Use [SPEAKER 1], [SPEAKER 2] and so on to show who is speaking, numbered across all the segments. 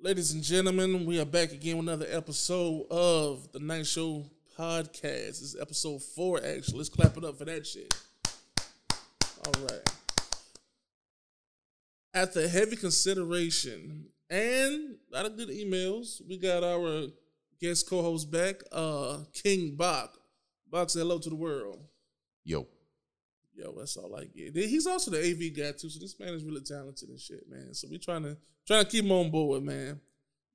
[SPEAKER 1] Ladies and gentlemen, we are back again with another episode of the Night Show podcast. This is episode four, actually. Let's clap it up for that shit. All right. After heavy consideration and a lot of good emails, we got our guest co-host back, uh, King Bach. Bach, say hello to the world.
[SPEAKER 2] Yo,
[SPEAKER 1] Yo, that's all I get. He's also the AV guy too, so this man is really talented and shit, man. So we trying to trying to keep him on board, man.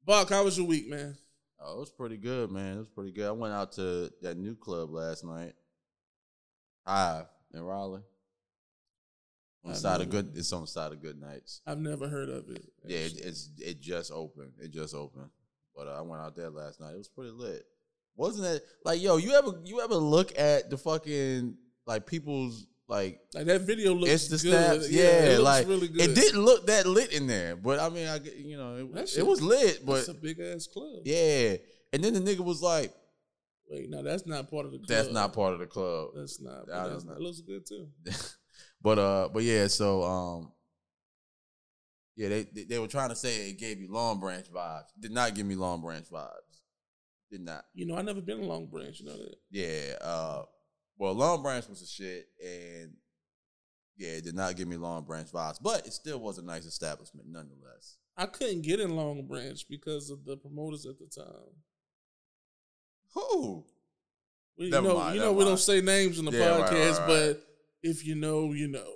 [SPEAKER 1] Buck, how was your week, man?
[SPEAKER 2] oh, it was pretty good, man. It was pretty good. I went out to that new club last night, Hive in Raleigh. On the
[SPEAKER 1] Hive
[SPEAKER 2] side
[SPEAKER 1] in
[SPEAKER 2] of good, it's on the side of good nights.
[SPEAKER 1] I've never heard of it.
[SPEAKER 2] Yeah, it, it's it just opened. It just opened. But uh, I went out there last night. It was pretty lit. Wasn't it like yo? You ever you ever look at the fucking like people's like
[SPEAKER 1] like that video looks
[SPEAKER 2] it's the
[SPEAKER 1] good.
[SPEAKER 2] snaps. Yeah,
[SPEAKER 1] it looks
[SPEAKER 2] like
[SPEAKER 1] really good.
[SPEAKER 2] it didn't look that lit in there, but I mean, I get- you know,
[SPEAKER 1] That
[SPEAKER 2] it,
[SPEAKER 1] shit-
[SPEAKER 2] it was lit,
[SPEAKER 1] That's
[SPEAKER 2] but
[SPEAKER 1] a big ass club.
[SPEAKER 2] yeah. And then the nigga was like,
[SPEAKER 1] Wait, no, that's not part of the. club.
[SPEAKER 2] "That's not part of the club."
[SPEAKER 1] That's not.
[SPEAKER 2] I
[SPEAKER 1] But
[SPEAKER 2] don't
[SPEAKER 1] that's
[SPEAKER 2] know.
[SPEAKER 1] not. It looks good too.
[SPEAKER 2] but uh, but yeah, so um, yeah, they, they they were trying to say it gave you Long Branch vibes. Did not give me Long Branch vibes. Did not.
[SPEAKER 1] You know, I never been to Long Branch. You know that.
[SPEAKER 2] Yeah. Uh, well, Long Branch was a shit, and yeah, it did not give me Long Branch vibes. But it still was a nice establishment, nonetheless.
[SPEAKER 1] I couldn't get in Long Branch because of the promoters at the time.
[SPEAKER 2] Who?
[SPEAKER 1] We, you
[SPEAKER 2] Never
[SPEAKER 1] know,
[SPEAKER 2] mind,
[SPEAKER 1] you know,
[SPEAKER 2] never
[SPEAKER 1] we don't
[SPEAKER 2] mind.
[SPEAKER 1] say names in the
[SPEAKER 2] Yeah, right, right,
[SPEAKER 1] podcast,
[SPEAKER 2] right.
[SPEAKER 1] but if you know, you know.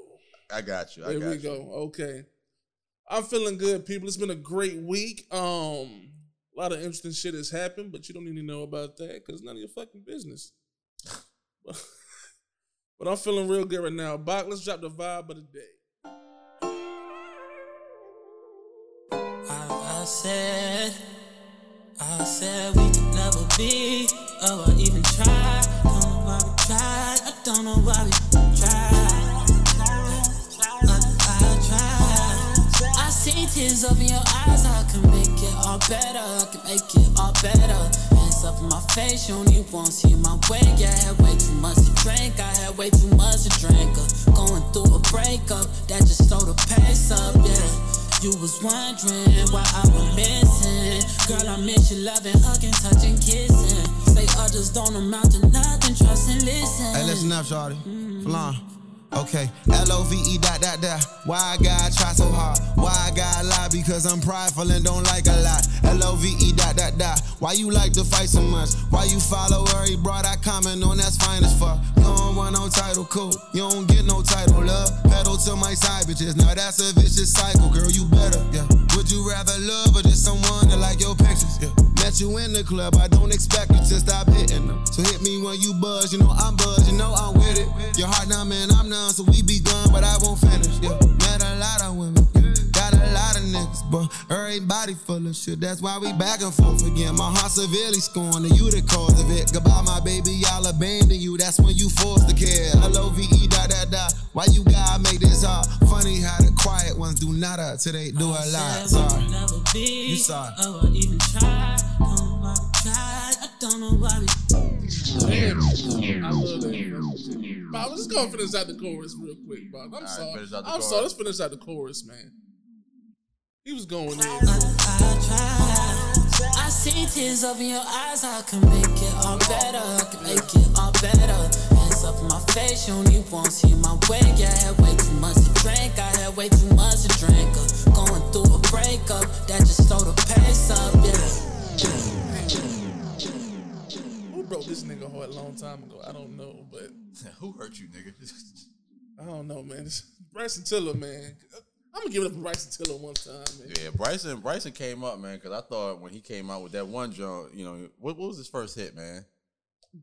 [SPEAKER 2] I got you. I
[SPEAKER 1] There
[SPEAKER 2] got
[SPEAKER 1] we
[SPEAKER 2] you.
[SPEAKER 1] go. Okay. I'm feeling good, people. It's been a great week. Um, a lot of interesting shit has happened, but you don't need to know about that because none of your fucking business. but I'm feeling real good right now. Bach, let's drop the vibe of the day.
[SPEAKER 3] I, I said, I said we could never be, or I even try. Don't know why we tried. I don't know why we tried. I, I tried. I see tears over your eyes. I can make it all better. I can make it all better. Hands up in my face. You only won't see my way. Yeah, I had way too much to drink. I had way too much to drink. Uh, going through a breakup that just slowed the pace up. Yeah. You was wondering why I was missing. Girl, I miss you loving, hugging, touching, kissing. Say others don't amount to nothing, trust and listen.
[SPEAKER 4] Hey, listen up, Shorty. Flan. Okay, L O V E dot dot dot. Why I gotta try so hard? Why I gotta lie? Because I'm prideful and don't like a lot. L O V E dot dot dot. Why you like to fight so much? Why you follow her? He brought I comment on that's fine as fuck. You don't want no title, cool. You don't get no title, love. Pedal to my side, bitches. Now that's a vicious cycle, girl. You better, yeah. Would you rather love or just someone that like your pictures? Yeah. Met you in the club, I don't expect you to stop hitting them. So hit me when you buzz, you know I'm buzzed, you know I'm with it. Your heart numb and I'm numb, so we be gone, but I won't finish. Yeah. Met a lot of women, got a lot of niggas, but everybody full of shit. That's why we back and forth again. My heart severely scorned, and you the cause of it. Goodbye, my baby, I'll abandon you. That's when you forced to care. L O V E dot dot dot. Why you gotta make this hard? Funny how the quiet ones do not uh, till they do a lot.
[SPEAKER 3] Said we
[SPEAKER 4] Sorry.
[SPEAKER 3] could never be,
[SPEAKER 4] You sorry.
[SPEAKER 3] Or I even try. Don't know why we tried. I don't know why we
[SPEAKER 1] Damn. I love that. Bob, let's go finish out the chorus real quick, Bob. I'm
[SPEAKER 2] right,
[SPEAKER 1] sorry.
[SPEAKER 2] finish out the
[SPEAKER 1] I'm
[SPEAKER 2] chorus.
[SPEAKER 1] sorry. Let's finish out the chorus, man. He was going in.
[SPEAKER 3] I see tears over your eyes. I can make it all better. I can make it all better. Hands up in my face. You only won't see my way. Yeah, I had way too much to drink. I had way too much to drink. Uh, going through a breakup that just slowed the pace up. Yeah.
[SPEAKER 1] Who broke this nigga heart a long time ago? I don't know, but
[SPEAKER 2] Who hurt you, nigga?
[SPEAKER 1] I don't know, man. It's Bryson Tiller, man. I'm gonna give it up for Bryson Tiller one time, man.
[SPEAKER 2] Yeah, Bryson Bryson came up, man, because I thought when he came out with that one jump, you know, what, what was his first hit, man?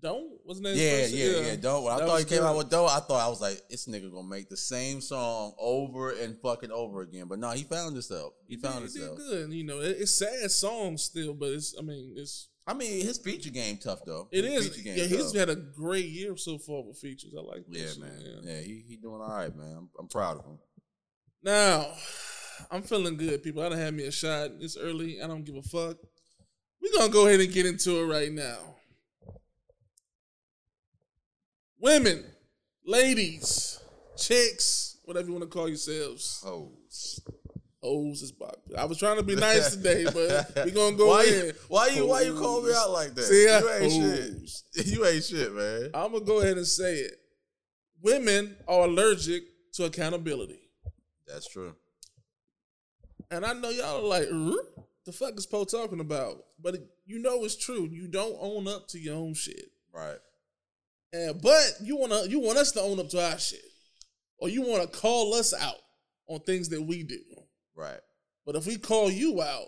[SPEAKER 1] Don't wasn't that? his
[SPEAKER 2] Yeah,
[SPEAKER 1] first-
[SPEAKER 2] yeah, yeah, Don't. When I
[SPEAKER 1] That
[SPEAKER 2] thought
[SPEAKER 1] was
[SPEAKER 2] he came
[SPEAKER 1] good.
[SPEAKER 2] out with Doe, I thought I was like, this nigga gonna make the same song over and fucking over again. But no, he found himself. He,
[SPEAKER 1] Yeah,
[SPEAKER 2] found
[SPEAKER 1] he did
[SPEAKER 2] himself.
[SPEAKER 1] good. And, you know, it, it's sad song still, but it's. I mean, it's.
[SPEAKER 2] I mean, his feature game tough though.
[SPEAKER 1] It
[SPEAKER 2] His
[SPEAKER 1] is.
[SPEAKER 2] feature
[SPEAKER 1] Yeah, he's
[SPEAKER 2] tough.
[SPEAKER 1] had a great year so far with features. I like. that
[SPEAKER 2] yeah,
[SPEAKER 1] shit,
[SPEAKER 2] man. Yeah, he, he doing all right, man. I'm, I'm proud of him.
[SPEAKER 1] Now, I'm feeling good, people. I done had me a shot. It's early. I don't give a fuck. We're gonna go ahead and get into it right now. Women,
[SPEAKER 2] Oh,
[SPEAKER 1] ladies, chicks, whatever you want to call yourselves.
[SPEAKER 2] Hoes.
[SPEAKER 1] O's is Bach. I was trying to be nice today, but we gonna go
[SPEAKER 2] why
[SPEAKER 1] in.
[SPEAKER 2] You, why you why you call me out like that?
[SPEAKER 1] See,
[SPEAKER 2] you ain't
[SPEAKER 1] O's.
[SPEAKER 2] shit. You ain't shit, man.
[SPEAKER 1] I'm gonna go ahead and say it. Women are allergic to accountability,
[SPEAKER 2] That's true.
[SPEAKER 1] and I know y'all are like, "Er? "The fuck is Poe talking about?" But you know it's true. You don't own up to your own shit,
[SPEAKER 2] Right.
[SPEAKER 1] and but you wanna you want us to own up to our shit, or you want to call us out on things that we do.
[SPEAKER 2] Right.
[SPEAKER 1] But if we call you out,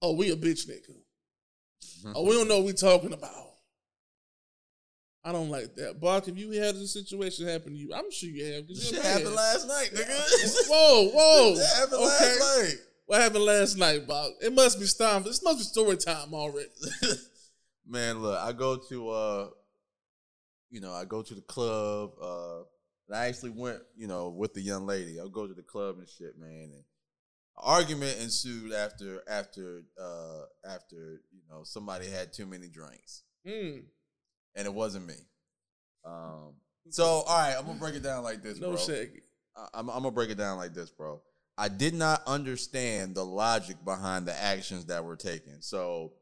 [SPEAKER 1] oh, we a bitch nigga.
[SPEAKER 2] Mm-hmm.
[SPEAKER 1] oh, we don't know what we talking about. I don't like that. Bark, if you had this situation happen to you, I'm sure you have. 'cause you're
[SPEAKER 2] Shit
[SPEAKER 1] a man.
[SPEAKER 2] happened last night, nigga.
[SPEAKER 1] Whoa, whoa.
[SPEAKER 2] Shit happened
[SPEAKER 1] okay.
[SPEAKER 2] last night.
[SPEAKER 1] What happened last night, Bob? It must be time. This must be story time already.
[SPEAKER 2] man, look, I go to uh you know, I go to the club, uh and I actually went, you know, with the young lady. I'll go to the club and shit, man, and an argument ensued after after uh after, you know, somebody had too many drinks.
[SPEAKER 1] Hmm.
[SPEAKER 2] And it wasn't me. Um so all right, I'm gonna break it down like this,
[SPEAKER 1] no
[SPEAKER 2] bro.
[SPEAKER 1] shaggy.
[SPEAKER 2] I- I'm, I'm gonna break it down like this, bro. I did not understand the logic behind the actions that were taken. So,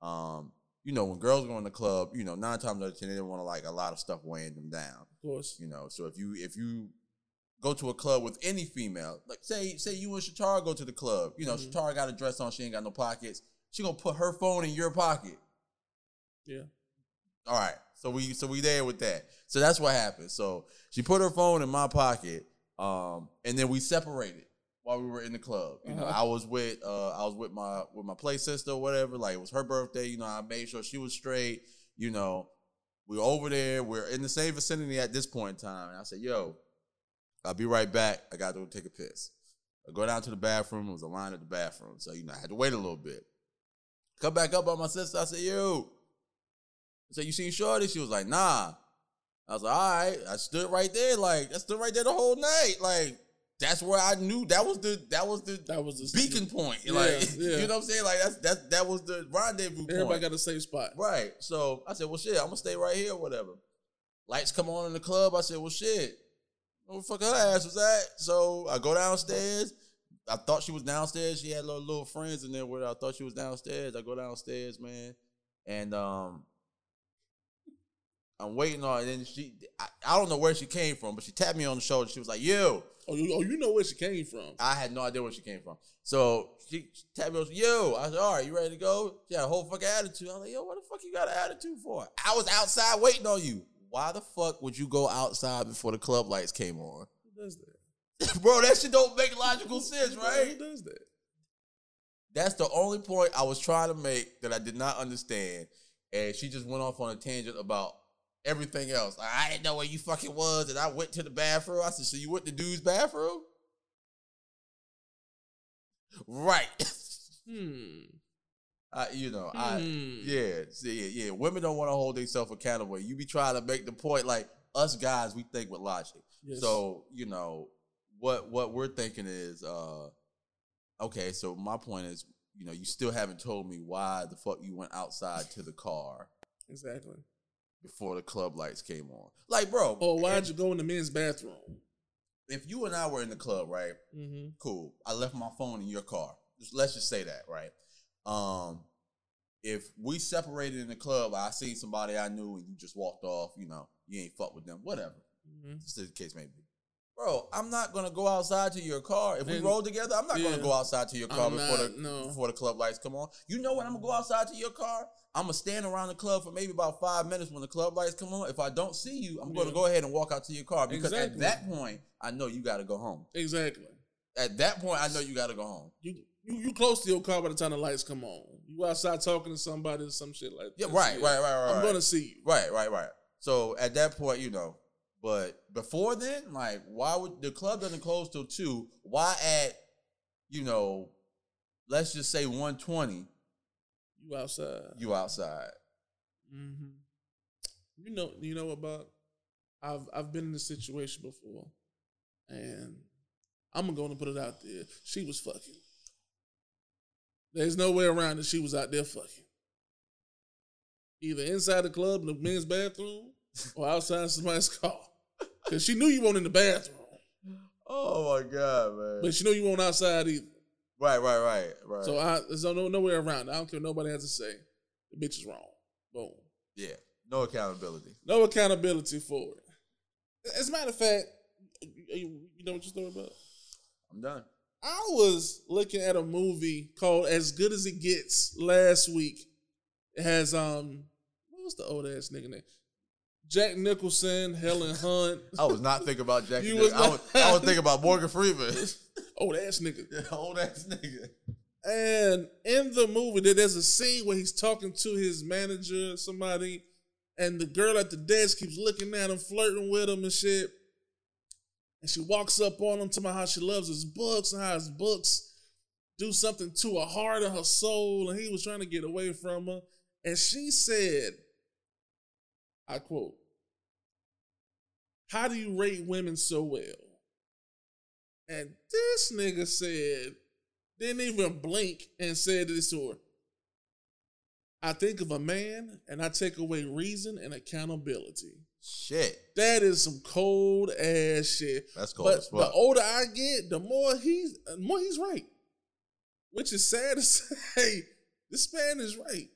[SPEAKER 2] um, you know, when girls go in the club, you know, nine times out of ten, they want to like a lot of stuff weighing them down.
[SPEAKER 1] Of course.
[SPEAKER 2] You know, so if you if you go to a club with any female, like say say you and Shatara go to the club, you know,
[SPEAKER 1] Mhm.
[SPEAKER 2] Shatara got a dress on, she ain't got no pockets. She gonna put her phone in your pocket.
[SPEAKER 1] Yeah.
[SPEAKER 2] All right. So we so we there with that. So that's what happened. So she put her phone in my pocket, um, and then we separated while we were in the club. You know,
[SPEAKER 1] Uh-huh.
[SPEAKER 2] I was with uh, I was with my with my play sister or whatever. Like it was her birthday. You know, I made sure she was straight. You know, we were over there. We're in the same vicinity at this point in time. And I said, "Yo, I'll be right back. I got to go take a piss." I go down to the bathroom. It was a line at the bathroom, so you know I had to wait a little bit. Come back up by my sister. I said, "Yo." So you seen Shorty? She was like, nah. I was like, all right. I stood right there, like I stood right there the whole night. Like that's where I knew that was the that was the
[SPEAKER 1] That was the
[SPEAKER 2] beacon point.
[SPEAKER 1] Yeah,
[SPEAKER 2] like
[SPEAKER 1] yeah.
[SPEAKER 2] you know what I'm saying? Like that's that that was the rendezvous
[SPEAKER 1] Everybody
[SPEAKER 2] point.
[SPEAKER 1] got a safe spot.
[SPEAKER 2] right. So I said, well, shit, I'm gonna stay right here, or whatever. Lights come on in the club. I said, well, shit, where the fuck her ass was at? So I go downstairs. I thought she was downstairs. She had little little friends in there with her. I thought she was downstairs. I go downstairs, man, and um, I'm waiting on. And then she, I, I don't know where she came from, but she tapped me on the shoulder. She was like, "Yo,"
[SPEAKER 1] Oh, you, oh, you know where she came from.
[SPEAKER 2] I had no idea where she came from. So she she tapped me on, yo. I said, all right, you ready to go? She had a whole fucking attitude. I was like, yo, what the fuck you got an attitude for? I was outside waiting on you. Why the fuck would you go outside before the club lights came on?
[SPEAKER 1] Who does that?
[SPEAKER 2] Bro, that shit don't make logical sense, right?
[SPEAKER 1] Who does that?
[SPEAKER 2] That's the only point I was trying to make that I did not understand. And she just went off on a tangent about everything else. Like, I didn't know where you fucking was, and I went to the bathroom. I said, So you went to dude's bathroom? Right.
[SPEAKER 1] Hmm.
[SPEAKER 2] I, you know, I,
[SPEAKER 1] Hmm.
[SPEAKER 2] yeah, see, yeah, yeah. Women don't want to hold themselves accountable. You be trying to make the point like us guys, we think with logic.
[SPEAKER 1] Yes.
[SPEAKER 2] So you know what what we're thinking is, uh okay. So my point is, you know, you still haven't told me why the fuck you went outside to the car
[SPEAKER 1] Exactly.
[SPEAKER 2] before the club lights came on. Like, bro,
[SPEAKER 1] Or Oh, why'd you go in the men's bathroom?
[SPEAKER 2] if you and I were in the club, right?
[SPEAKER 1] Mm-hmm.
[SPEAKER 2] cool. I left my phone in your car. Just- let's just say that, right? Um, if we separated in the club, I seen somebody I knew and you just walked off, you know, you ain't fuck with them, whatever.
[SPEAKER 1] Mm-hmm.
[SPEAKER 2] Just the case may be. Bro, I'm not gonna go outside to your car. If we
[SPEAKER 1] And-
[SPEAKER 2] roll together, I'm not
[SPEAKER 1] yeah.
[SPEAKER 2] gonna go outside to your car
[SPEAKER 1] I'm
[SPEAKER 2] before
[SPEAKER 1] not,
[SPEAKER 2] the
[SPEAKER 1] no.
[SPEAKER 2] before the club lights come on. You know when I'm gonna go outside to your car? I'm gonna stand around the club for maybe about five minutes when the club lights come on. If I don't see you, I'm gonna
[SPEAKER 1] Yeah.
[SPEAKER 2] go ahead and walk out to your car because
[SPEAKER 1] Exactly.
[SPEAKER 2] at that point, I know you gotta go home.
[SPEAKER 1] Exactly.
[SPEAKER 2] At that point, I know you gotta go home.
[SPEAKER 1] You, you you close to your car by the time the lights come on. You outside talking to somebody or some shit like
[SPEAKER 2] Yeah,
[SPEAKER 1] that.
[SPEAKER 2] right, right, right, right.
[SPEAKER 1] I'm
[SPEAKER 2] right.
[SPEAKER 1] gonna see you.
[SPEAKER 2] Right, right, right. So at that point, you know. But before then, like, why would the club doesn't close till two? Why at, you know, let's just say one twenty,
[SPEAKER 1] You outside.
[SPEAKER 2] you outside.
[SPEAKER 1] hmm You know, you know what, Bob? I've I've been in this situation before, and I'm gonna go and put it out there. She was fucking. There's no way around that she was out there fucking. Either inside the club in the men's bathroom or outside somebody's car, because she knew you weren't in the bathroom.
[SPEAKER 2] Oh my god, man.
[SPEAKER 1] But you know you won't outside either.
[SPEAKER 2] right, right, right, right.
[SPEAKER 1] So I there's no no way around. it. I don't care what nobody has to say. The bitch is wrong. Boom.
[SPEAKER 2] yeah, no accountability.
[SPEAKER 1] No accountability for it. As a matter of fact, you you know what you're talking about?
[SPEAKER 2] I'm done.
[SPEAKER 1] I was looking at a movie called As Good as It Gets last week. It has um what was the old ass nigga name? Jack Nicholson, Helen Hunt,
[SPEAKER 2] I was not thinking about Jack.
[SPEAKER 1] You
[SPEAKER 2] Nicholson.
[SPEAKER 1] was
[SPEAKER 2] I, was,
[SPEAKER 1] not-
[SPEAKER 2] I was thinking about Morgan Freeman.
[SPEAKER 1] old ass nigga.
[SPEAKER 2] Yeah, Old ass nigga.
[SPEAKER 1] And in the movie, there- there's a scene where he's talking to his manager, somebody, and the girl at the desk keeps looking at him, flirting with him and shit. And she walks up on him, talking about how she loves his books and how his books do something to her heart and her soul. And he was trying to get away from her. And she said, I quote, How do you rate women so well? And this nigga said, didn't even blink and said this to her. I think of a man and I take away reason and accountability.
[SPEAKER 2] Shit,
[SPEAKER 1] That is some cold ass shit.
[SPEAKER 2] that's cold
[SPEAKER 1] But
[SPEAKER 2] as
[SPEAKER 1] the
[SPEAKER 2] fuck.
[SPEAKER 1] older I get, the more he's the more he's right. Which is sad to say, this man is right.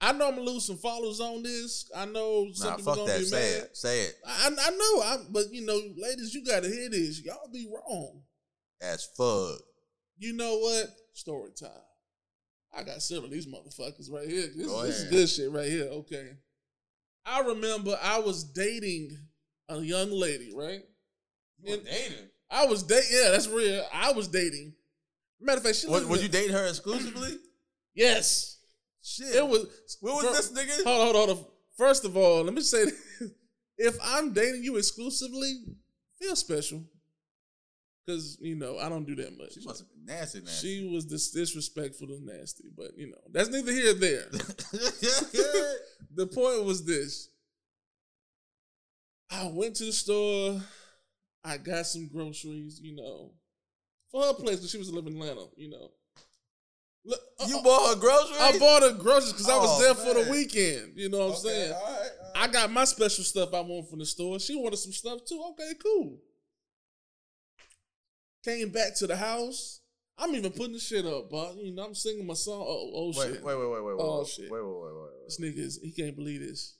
[SPEAKER 1] I know I'm gonna lose some followers on this. I know some
[SPEAKER 2] nah,
[SPEAKER 1] people
[SPEAKER 2] fuck
[SPEAKER 1] gonna
[SPEAKER 2] that.
[SPEAKER 1] be
[SPEAKER 2] Say
[SPEAKER 1] mad.
[SPEAKER 2] it. Say it.
[SPEAKER 1] I, I know, I, but you know, ladies, you gotta hear this. Y'all be wrong.
[SPEAKER 2] As fuck.
[SPEAKER 1] You know what? Story time. I got several of these motherfuckers right here. This,
[SPEAKER 2] Go
[SPEAKER 1] this is
[SPEAKER 2] ahead.
[SPEAKER 1] good shit right here. Okay. I remember I was dating a young lady, right? And-
[SPEAKER 2] dating?
[SPEAKER 1] I was dating. Yeah, that's real. I was dating. Matter of fact, she
[SPEAKER 2] What,
[SPEAKER 1] lived
[SPEAKER 2] would
[SPEAKER 1] in-
[SPEAKER 2] you date her exclusively?
[SPEAKER 1] Yes,
[SPEAKER 2] Shit.
[SPEAKER 1] it was.
[SPEAKER 2] Where was
[SPEAKER 1] Fir-
[SPEAKER 2] this nigga?
[SPEAKER 1] Hold on, hold on. First of all, let me say, this. if I'm dating you exclusively, feel special, because you know I don't do that much.
[SPEAKER 2] She must have been nasty, man.
[SPEAKER 1] She was dis- disrespectful and nasty, but you know, that's neither here nor there. the point was this I went to the store, I got some groceries, you know, for her place, because she was living in Atlanta, you know. Look,
[SPEAKER 2] you
[SPEAKER 1] I-
[SPEAKER 2] bought her groceries?
[SPEAKER 1] I bought her groceries because I was
[SPEAKER 2] Oh,
[SPEAKER 1] there for the
[SPEAKER 2] man.
[SPEAKER 1] weekend, you know what I'm
[SPEAKER 2] Okay,
[SPEAKER 1] saying? Oh,
[SPEAKER 2] all right, all right.
[SPEAKER 1] I got my special stuff I want from the store. She wanted some stuff too. Okay, cool. Came back to the house. I'm even putting the shit up, but you know I'm singing my song. Oh, oh
[SPEAKER 2] wait,
[SPEAKER 1] shit!
[SPEAKER 2] wait, wait, wait, wait, wait,
[SPEAKER 1] Oh,
[SPEAKER 2] wait,
[SPEAKER 1] shit.
[SPEAKER 2] wait, wait, wait, wait, wait.
[SPEAKER 1] This nigga is he can't believe this.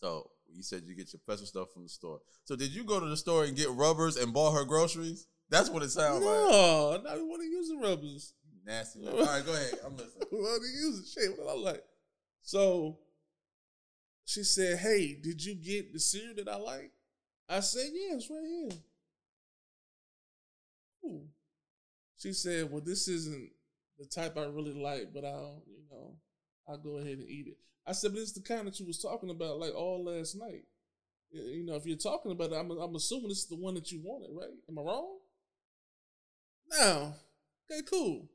[SPEAKER 2] So you said you get your special stuff from the store. So did you go to the store and get rubbers and bought her groceries? That's what it sounds like.
[SPEAKER 1] No, no, we want to use the rubbers.
[SPEAKER 2] Nasty. Man. All right, go ahead. I'm listening.
[SPEAKER 1] We want to use the shit. What I like. So she said, "Hey, did you get the cereal that I like?" I said, "Yeah, it's right here." Ooh. She said, "Well, this isn't the type I really like, but I'll, you know, I'll go ahead and eat it." I said, "But it's the kind that you was talking about like all last night. Y- You know, if you're talking about it, I'm, I'm assuming this is the one that you wanted, right? Am I wrong?" No. Okay, cool.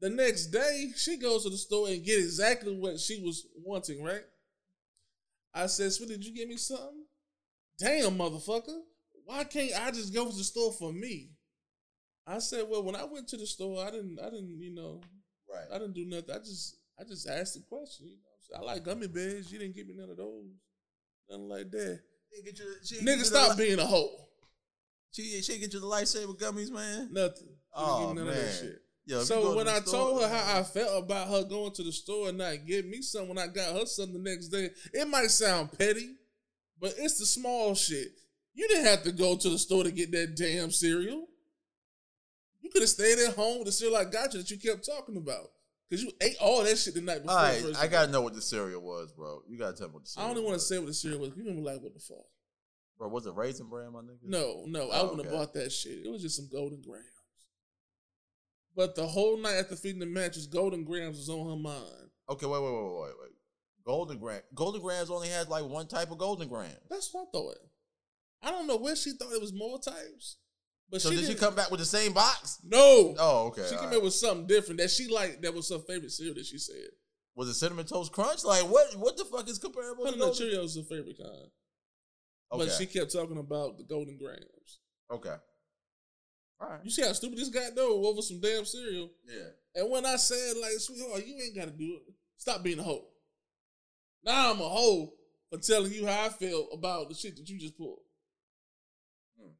[SPEAKER 1] The next day, she goes to the store and get exactly what she was wanting, right? I said, Sweet, did you get me something? Damn, motherfucker. Why can't I just go to the store for me? I said, Well, when I went to the store, I didn't I didn't, you know, I
[SPEAKER 2] Right.
[SPEAKER 1] didn't do nothing. I just I just asked the question, you know. I like gummy bears. You didn't give me none of those. Nothing like that.
[SPEAKER 2] Get you, she
[SPEAKER 1] Nigga, stop
[SPEAKER 2] being.
[SPEAKER 1] being a hoe.
[SPEAKER 2] She, she get you the lightsaber gummies, man.
[SPEAKER 1] Nothing. You
[SPEAKER 2] Oh,
[SPEAKER 1] didn't give me none of that
[SPEAKER 2] man.
[SPEAKER 1] shit.
[SPEAKER 2] Yo, if you go
[SPEAKER 1] So
[SPEAKER 2] to
[SPEAKER 1] when
[SPEAKER 2] the
[SPEAKER 1] I
[SPEAKER 2] store- uh,
[SPEAKER 1] told her how I felt about her going to the store and not getting me something, when I got her something the next day, it might sound petty, but it's the small shit. You didn't have to go to the store to get that damn cereal. You could have stayed at home with the cereal I got you that you kept talking about because you ate all that shit the night before.
[SPEAKER 2] All right,
[SPEAKER 1] first
[SPEAKER 2] I
[SPEAKER 1] of all.
[SPEAKER 2] gotta know what the cereal was, bro. You gotta tell me what the
[SPEAKER 1] I
[SPEAKER 2] cereal
[SPEAKER 1] don't even want to
[SPEAKER 2] was.
[SPEAKER 1] say what the cereal was. You gonna be like, what the fuck?
[SPEAKER 2] Bro, was it Raisin Bran, my nigga?
[SPEAKER 1] No, no, I
[SPEAKER 2] Oh,
[SPEAKER 1] wouldn't have
[SPEAKER 2] okay.
[SPEAKER 1] bought that shit. It was just some golden grams. But the whole night after feeding the mattress, golden grams was on her mind.
[SPEAKER 2] Okay, wait, wait, wait, wait, wait, wait. Golden Gram. Golden Grams only has like one type of Golden Gram.
[SPEAKER 1] That's what I thought. I don't know where she thought it was more types, but
[SPEAKER 2] So
[SPEAKER 1] she
[SPEAKER 2] did she
[SPEAKER 1] didn't-
[SPEAKER 2] come back with the same box?
[SPEAKER 1] No,
[SPEAKER 2] Oh, okay.
[SPEAKER 1] she
[SPEAKER 2] all
[SPEAKER 1] came
[SPEAKER 2] right.
[SPEAKER 1] in with something different that she liked. That was her favorite cereal that she said.
[SPEAKER 2] Was it cinnamon toast crunch? Like what? What the fuck is comparable to
[SPEAKER 1] Honey Nut
[SPEAKER 2] Golden?
[SPEAKER 1] Cheerios is her favorite kind,
[SPEAKER 2] Okay.
[SPEAKER 1] but she kept talking about the Golden Grams.
[SPEAKER 2] okay. All right.
[SPEAKER 1] You see how stupid this guy though over some damn cereal.
[SPEAKER 2] Yeah.
[SPEAKER 1] And when I said like, sweetheart, you ain't got to do it. Stop being a hoe. Now I'm a hoe for telling you how I feel about the shit that you just pulled. Hmm.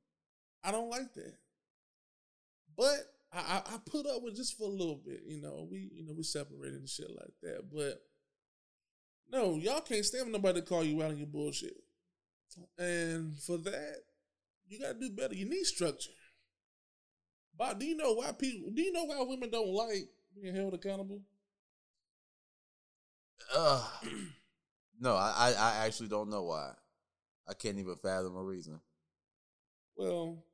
[SPEAKER 1] I don't like that. But I, I, I put up with just for a little bit, you know. We you know we separated and shit like that. But no, y'all can't stand for nobody to call you out on your bullshit. And for that, you gotta do better. You need structure. Bob, do you know why people? Do you know why women don't like being held accountable?
[SPEAKER 2] Ugh. no, I, I I actually don't know why. I can't even fathom a reason.
[SPEAKER 1] Well,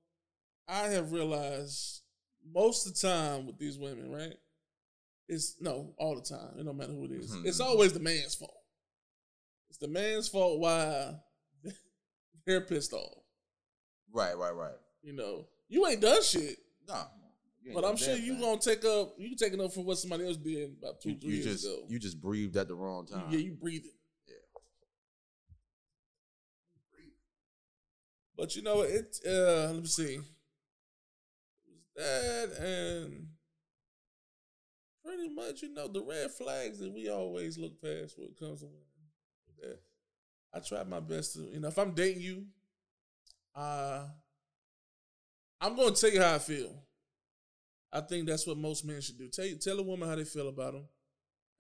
[SPEAKER 1] I have realized most of the time with these women, right? It's no, all the time. It don't matter who it is.
[SPEAKER 2] Mhm.
[SPEAKER 1] It's always the man's fault. It's the man's fault why they're pissed off.
[SPEAKER 2] Right, right, right.
[SPEAKER 1] You know, you ain't done shit,
[SPEAKER 2] No, you ain't
[SPEAKER 1] but
[SPEAKER 2] no
[SPEAKER 1] I'm sure
[SPEAKER 2] damn
[SPEAKER 1] you
[SPEAKER 2] thing.
[SPEAKER 1] gonna take up. You taking up for what somebody else did about two,
[SPEAKER 2] You,
[SPEAKER 1] three
[SPEAKER 2] you
[SPEAKER 1] years
[SPEAKER 2] just
[SPEAKER 1] ago.
[SPEAKER 2] you just breathed at the wrong time.
[SPEAKER 1] Yeah, you breathe it.
[SPEAKER 2] Yeah.
[SPEAKER 1] But you know what? It. Uh, let me see. It was that and pretty much, you know, the red flags that we always look past when it comes to women. That I try my best to, you know, if I'm dating you, uh, I'm gonna tell you how I feel. I think that's what most men should do. Tell you, tell a woman how they feel about them,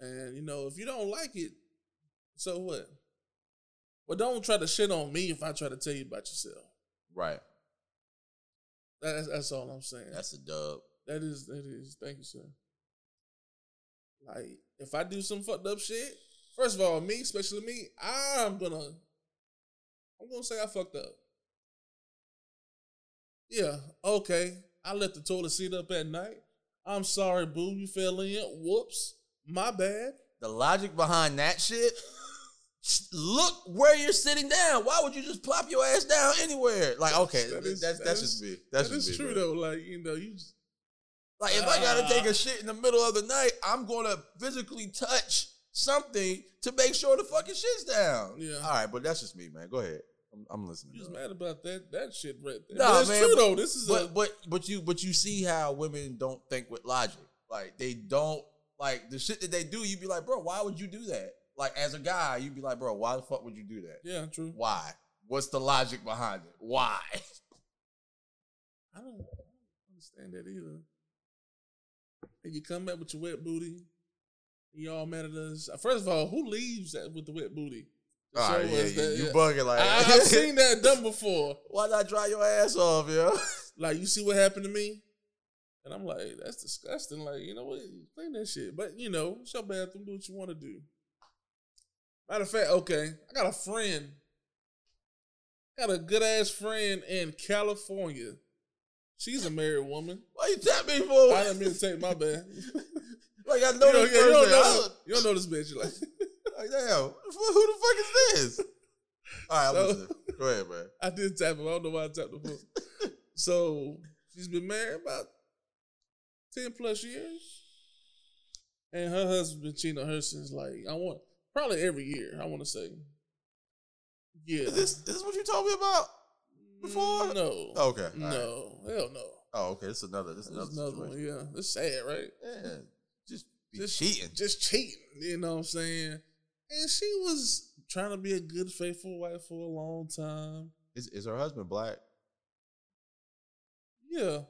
[SPEAKER 1] and you know, if you don't like it, so what? But don't try to shit on me if I try to tell you about yourself.
[SPEAKER 2] right.
[SPEAKER 1] That's that's all I'm saying.
[SPEAKER 2] That's a dub.
[SPEAKER 1] That is that is. Thank you, sir. Like if I do some fucked up shit, first of all, me, especially me, I'm gonna I'm gonna say I fucked up. Yeah, okay. I left the toilet seat up at night. I'm sorry, boo, you fell in. Whoops. My bad.
[SPEAKER 2] The logic behind that shit. Look where you're sitting down. Why would you just plop your ass down anywhere? Like, okay,
[SPEAKER 1] That
[SPEAKER 2] that's
[SPEAKER 1] is-
[SPEAKER 2] that's,
[SPEAKER 1] that is-
[SPEAKER 2] just me. That's
[SPEAKER 1] that
[SPEAKER 2] just
[SPEAKER 1] is
[SPEAKER 2] me,
[SPEAKER 1] true
[SPEAKER 2] bro.
[SPEAKER 1] though. Like, you know, you just
[SPEAKER 2] Like if I gotta
[SPEAKER 1] Ah.
[SPEAKER 2] take a shit in the middle of the night, I'm gonna physically touch something to make sure the fucking shit's down.
[SPEAKER 1] Yeah.
[SPEAKER 2] All right, but that's just me, man. Go ahead. I'm, I'm listening.
[SPEAKER 1] you just
[SPEAKER 2] dog.
[SPEAKER 1] mad about that that shit right there.
[SPEAKER 2] Nah,
[SPEAKER 1] But it's
[SPEAKER 2] man,
[SPEAKER 1] true
[SPEAKER 2] but-
[SPEAKER 1] though. This is a
[SPEAKER 2] But but but you but you see how women don't think with logic. Like they don't like the shit that they do. You'd be like, bro, why would you do that? Like as a guy, you'd be like, bro, why the fuck would you do that?
[SPEAKER 1] yeah, true.
[SPEAKER 2] Why? What's the logic behind it? Why?
[SPEAKER 1] I don't, I don't understand that either. And you come back with your wet booty. and Y'all mad at us? First of all, who leaves that with the wet booty? To
[SPEAKER 2] All right,
[SPEAKER 1] show
[SPEAKER 2] Ah, yeah,
[SPEAKER 1] us
[SPEAKER 2] you,
[SPEAKER 1] that-
[SPEAKER 2] you
[SPEAKER 1] yeah.
[SPEAKER 2] bugging like
[SPEAKER 1] I, I've seen that done before.
[SPEAKER 2] Why not dry your ass off, yo?
[SPEAKER 1] Like you see what happened to me, and I'm like, that's disgusting. Like you know what? Clean that shit. But you know, it's your bathroom. Do what you want to do. Matter of fact, okay, I got a friend. Got a good ass friend in California. She's a married woman.
[SPEAKER 2] Why you tap me for?
[SPEAKER 1] I didn't mean to take my bad.
[SPEAKER 2] Like I
[SPEAKER 1] You
[SPEAKER 2] know
[SPEAKER 1] don't,
[SPEAKER 2] this
[SPEAKER 1] yeah, you, don't
[SPEAKER 2] person. I
[SPEAKER 1] know,
[SPEAKER 2] look-
[SPEAKER 1] you don't know this bitch. Like,
[SPEAKER 2] Like damn, who who the fuck is this? All right, I'm
[SPEAKER 1] So-
[SPEAKER 2] listening. Go ahead, man.
[SPEAKER 1] I did tap him. I don't know why I tapped him. first. so she's been married about ten plus years, and her husband's been cheating on her since like I want probably every year. I want to say, yeah.
[SPEAKER 2] Is this is this what you told me about? before?
[SPEAKER 1] No,
[SPEAKER 2] Okay, all right.
[SPEAKER 1] no, hell no.
[SPEAKER 2] Oh, okay. It's another. This is
[SPEAKER 1] That's
[SPEAKER 2] another,
[SPEAKER 1] another
[SPEAKER 2] situation.
[SPEAKER 1] one. Yeah, it's sad, right?
[SPEAKER 2] Yeah, just be
[SPEAKER 1] Just-
[SPEAKER 2] cheating.
[SPEAKER 1] just cheating. You know what I'm saying? And she was trying to be a good, faithful wife for a long time.
[SPEAKER 2] Is is her husband black?
[SPEAKER 1] Yeah,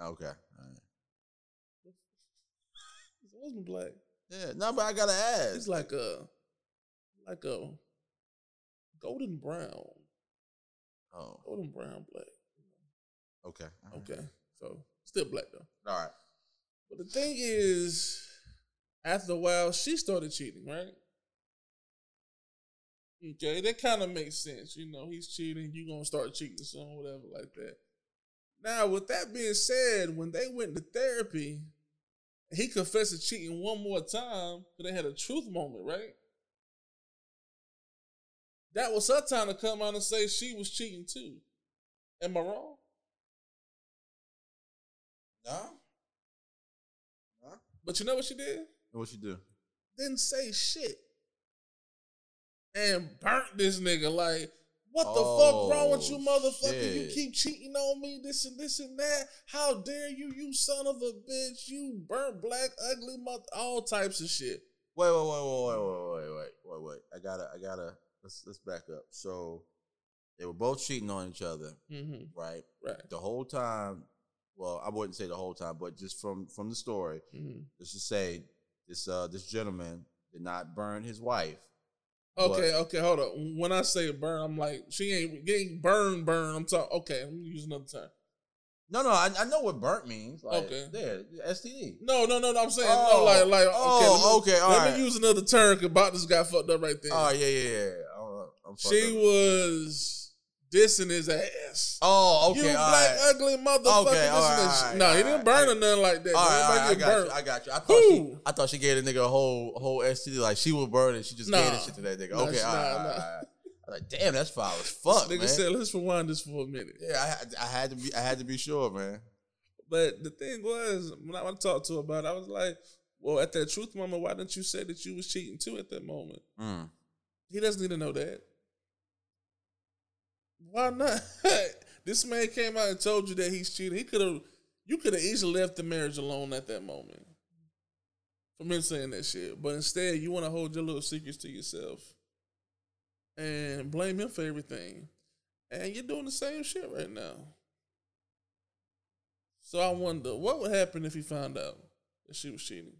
[SPEAKER 2] Okay. All right.
[SPEAKER 1] his husband black.
[SPEAKER 2] Yeah. No, but I gotta ask.
[SPEAKER 1] It's like a, like a golden brown,
[SPEAKER 2] oh,
[SPEAKER 1] golden brown black.
[SPEAKER 2] okay. all right.
[SPEAKER 1] Okay, so still black though.
[SPEAKER 2] All right.
[SPEAKER 1] But the thing is, after a while, she started cheating, right? Okay, that kind of makes sense. You know, he's cheating, you gonna start cheating, so whatever like that. Now, with that being said, when they went to therapy, he confessed to cheating one more time, but they had a truth moment, right? That was her time to come out and say she was cheating too. Am I wrong?
[SPEAKER 2] No.
[SPEAKER 1] But you know what she did?
[SPEAKER 2] What you do?
[SPEAKER 1] didn't say shit and burnt this nigga. Like, what the
[SPEAKER 2] Oh,
[SPEAKER 1] fuck wrong with you, motherfucker? You
[SPEAKER 2] shit.
[SPEAKER 1] keep cheating on me, this and this and that. How dare you, you son of a bitch? You burnt black, ugly mother, all types of shit.
[SPEAKER 2] Wait, wait, wait, wait, wait, wait, wait, wait, wait, wait. I gotta, I gotta. Let's let's back up. So, They were both cheating on each other,
[SPEAKER 1] Mm-hmm.
[SPEAKER 2] right?
[SPEAKER 1] Right.
[SPEAKER 2] The whole time. Well, I wouldn't say the whole time, but just from from the story,
[SPEAKER 1] Mm-hmm.
[SPEAKER 2] let's just say this uh this gentleman did not burn his wife.
[SPEAKER 1] Okay, okay, hold up. When I say burn, I'm like she ain't getting burn, burn. I'm talking. Okay, I'm gonna use another term.
[SPEAKER 2] No, no, I, I know what burnt means. Like,
[SPEAKER 1] Okay.
[SPEAKER 2] there, STD.
[SPEAKER 1] No, no, no, no. I'm saying
[SPEAKER 2] Oh.
[SPEAKER 1] no, like, like. Okay,
[SPEAKER 2] Oh,
[SPEAKER 1] let me,
[SPEAKER 2] okay, all
[SPEAKER 1] Let
[SPEAKER 2] right.
[SPEAKER 1] me use another term. Cause about this guy fucked up right there.
[SPEAKER 2] Oh yeah, yeah, yeah. Oh, I'm fucked
[SPEAKER 1] she
[SPEAKER 2] up.
[SPEAKER 1] was dissing his ass.
[SPEAKER 2] Oh,
[SPEAKER 1] you
[SPEAKER 2] okay, all
[SPEAKER 1] black
[SPEAKER 2] right.
[SPEAKER 1] ugly motherfucker.
[SPEAKER 2] Okay, all right,
[SPEAKER 1] this and that
[SPEAKER 2] all right,
[SPEAKER 1] shit. no,
[SPEAKER 2] all
[SPEAKER 1] he didn't
[SPEAKER 2] right,
[SPEAKER 1] burn
[SPEAKER 2] I-
[SPEAKER 1] or nothing like that.
[SPEAKER 2] All right, all
[SPEAKER 1] Nobody
[SPEAKER 2] right, I
[SPEAKER 1] get
[SPEAKER 2] got
[SPEAKER 1] burnt.
[SPEAKER 2] you. I got you. I thought she,
[SPEAKER 1] Who?
[SPEAKER 2] I thought she gave the nigga a whole whole STD. Like she was burning. She just
[SPEAKER 1] Nah.
[SPEAKER 2] gave this shit to that nigga.
[SPEAKER 1] Nah,
[SPEAKER 2] okay,
[SPEAKER 1] she-
[SPEAKER 2] all right,
[SPEAKER 1] nah,
[SPEAKER 2] all right,
[SPEAKER 1] nah.
[SPEAKER 2] all right. I was like, damn, that's foul as fuck,
[SPEAKER 1] Nigga
[SPEAKER 2] man.
[SPEAKER 1] said, let's rewind this for a minute.
[SPEAKER 2] yeah, I, had- I had to be, I had to be sure, man.
[SPEAKER 1] But the thing was, when I talked to her about it, I was like, well, at that truth moment, why didn't you say that you was cheating too at that moment?
[SPEAKER 2] Mm.
[SPEAKER 1] He doesn't need to know that. Why not? this man came out and told you that he's cheating. He could have, you could have easily left the marriage alone at that moment. From him saying that shit, but instead you want to hold your little secrets to yourself and blame him for everything, and you're doing the same shit right now. So I wonder what would happen if he found out that she was cheating.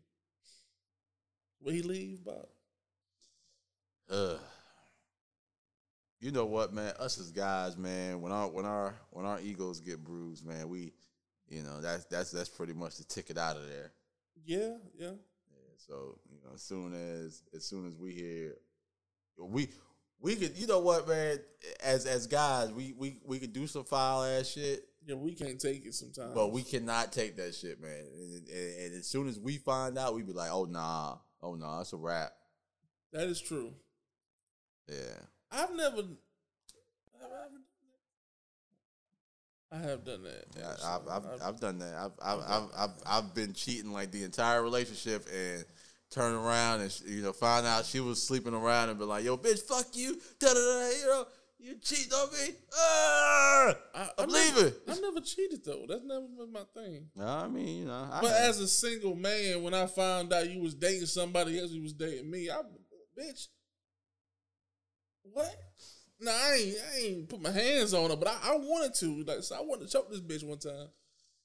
[SPEAKER 1] Would he leave, Bob?
[SPEAKER 2] Ugh. You know what, man? Us as guys, man, when our when our when our egos get bruised, man, we, you know, that's that's that's pretty much the ticket out of there.
[SPEAKER 1] Yeah, yeah.
[SPEAKER 2] Yeah, so you know, as soon as as soon as we hear, we we could you know what man, as as guys we we we could do some foul ass shit,
[SPEAKER 1] Yeah, we can't take it sometimes.
[SPEAKER 2] but we cannot take that shit, man. And, and, and as soon as we find out, we be like, oh nah, oh nah, it's a wrap.
[SPEAKER 1] that is true.
[SPEAKER 2] Yeah,
[SPEAKER 1] I've never. have I ever done that? I have done that.
[SPEAKER 2] yeah
[SPEAKER 1] actually.
[SPEAKER 2] I, I've, I've I've done that. I've I've, I've I've I've been cheating like the entire relationship and. Turn around and you know find out she was sleeping around and be like, "Yo, bitch, fuck you, da da da, you know, you cheating on me." Ah!
[SPEAKER 1] I,
[SPEAKER 2] I'm
[SPEAKER 1] never-
[SPEAKER 2] leaving.
[SPEAKER 1] I never cheated though. That's never been my thing.
[SPEAKER 2] No, I mean, you know, I
[SPEAKER 1] But
[SPEAKER 2] had-
[SPEAKER 1] as a single man, when I found out you was dating somebody else, you was dating me. I, bitch, what? Nah, I ain't, I ain't put my hands on her, but I, I wanted to. Like, so I wanted to choke this bitch one time.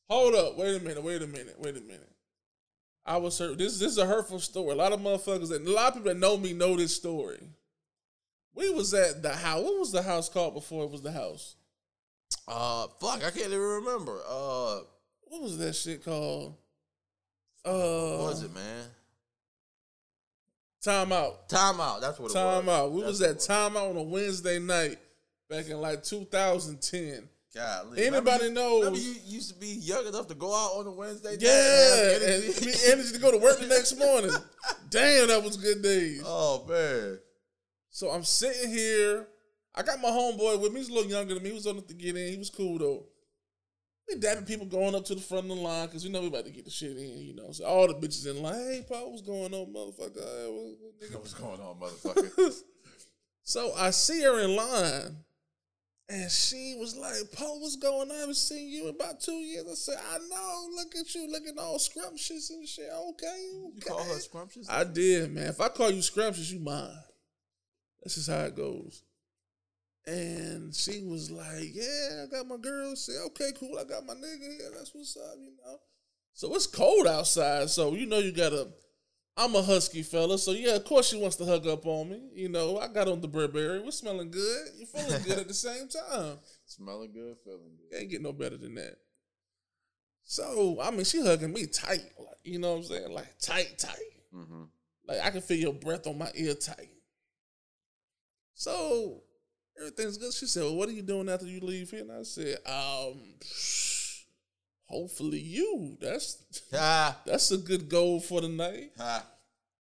[SPEAKER 1] Hold up, wait a minute, wait a minute, wait a minute. I was hurt. This, this is a hurtful story. A lot of motherfuckers that a lot of people that know me know this story. We was at the house. What was the house called before it was the house?
[SPEAKER 2] uh, fuck, I can't even remember. Uh,
[SPEAKER 1] What was that shit called? Uh,
[SPEAKER 2] what was it, man?
[SPEAKER 1] Time out.
[SPEAKER 2] Time out. That's what. it was.
[SPEAKER 1] Time out. We
[SPEAKER 2] That's
[SPEAKER 1] was
[SPEAKER 2] what
[SPEAKER 1] at
[SPEAKER 2] it
[SPEAKER 1] time out on a Wednesday night back in like 2010.
[SPEAKER 2] Golly,
[SPEAKER 1] Anybody
[SPEAKER 2] remember you,
[SPEAKER 1] knows-
[SPEAKER 2] Remember you used to be young enough to go out on a Wednesday. night
[SPEAKER 1] Yeah,
[SPEAKER 2] and have
[SPEAKER 1] and
[SPEAKER 2] energy?
[SPEAKER 1] me energy to go to work the next morning. Damn, that was good days.
[SPEAKER 2] oh man.
[SPEAKER 1] So I'm sitting here. I got my homeboy with me. He's a little younger than me. He was on the get in. He was cool though. We dabbing people going up to the front of the line because we know we about to get the shit in, you know. So all the bitches in line, hey, Paul, what's going on, motherfucker? Hey, what- what nigga?"
[SPEAKER 2] What's going on, motherfucker?
[SPEAKER 1] So I see her in line, and she was like, "Paul, what's going on? I haven't seen you in about two years." I said, "I know. Look at you, looking all scrumptious and shit. Okay,
[SPEAKER 2] you
[SPEAKER 1] okay."
[SPEAKER 2] call her scrumptious?
[SPEAKER 1] I did, man. If I call you scrumptious, you mine. That's just how it goes. And she was like, "Yeah, I got my girl." Say, "Okay, cool. I got my nigga. Yeah, that's what's up." You know. So it's cold outside, so you know you gotta. I'm a husky fella, so yeah, of course she wants to hug up on me. You know, I got on the Burberry. We're smelling good. You're feeling good at the same time.
[SPEAKER 2] Smelling good, feeling good.
[SPEAKER 1] Can't get no better than that. So I mean, she hugging me tight, like you know what I'm saying, like tight, tight.
[SPEAKER 2] Mm-hmm.
[SPEAKER 1] Like I can feel your breath on my ear tight. So everything's good. She said, Well, what are you doing after you leave here? And I said, Um hopefully you. That's
[SPEAKER 2] Ha
[SPEAKER 1] that's a good goal for the night.
[SPEAKER 2] ha.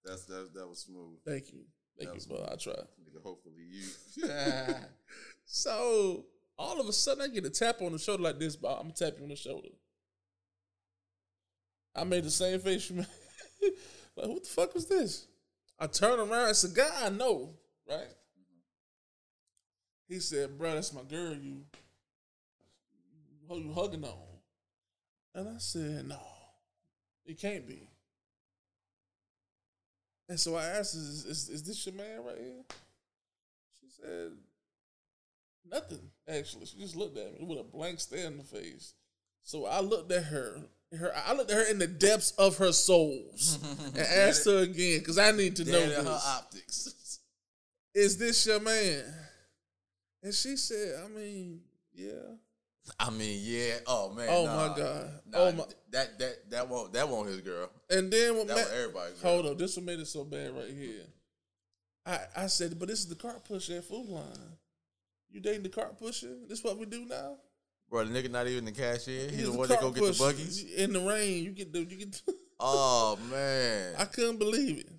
[SPEAKER 2] That's that. That was smooth.
[SPEAKER 1] Thank you. Thank
[SPEAKER 2] That
[SPEAKER 1] you,
[SPEAKER 2] was-
[SPEAKER 1] bro. I try.
[SPEAKER 2] Nigga, hopefully you. Ha.
[SPEAKER 1] So all of a sudden I get a tap on the shoulder like this, Bob. I'm tapping on the shoulder. I made the same face you made. like, what the fuck was this? I turn around, it's a guy I know, right? He said, bro, that's my girl you who you hugging on. And I said, No, it can't be. And so I asked, is, is, is this your man right here? She said, Nothing, actually. She just looked at me with a blank stare in the face. So I looked at her. Her, I looked at her in the depths of her souls and asked her again because I need to know
[SPEAKER 2] Dead in her
[SPEAKER 1] this.
[SPEAKER 2] optics.
[SPEAKER 1] Is this your man? And she said, I mean, yeah.
[SPEAKER 2] I mean, yeah. Oh man.
[SPEAKER 1] Oh,
[SPEAKER 2] nah.
[SPEAKER 1] my God.
[SPEAKER 2] Nah,
[SPEAKER 1] Oh, my-
[SPEAKER 2] That that that won't that won't his girl.
[SPEAKER 1] And then what
[SPEAKER 2] That
[SPEAKER 1] ma-
[SPEAKER 2] was everybody's girl.
[SPEAKER 1] Hold on, this one made it so bad right here. I I said, but this is the cart pusher at Food Line. You dating the cart pusher? This what we do now?
[SPEAKER 2] Bro, the nigga not even the cashier. He's
[SPEAKER 1] He's
[SPEAKER 2] the one that go
[SPEAKER 1] cart
[SPEAKER 2] get the
[SPEAKER 1] pusher.
[SPEAKER 2] buggies.
[SPEAKER 1] in the rain. You get the you get.
[SPEAKER 2] Oh man.
[SPEAKER 1] I couldn't believe it.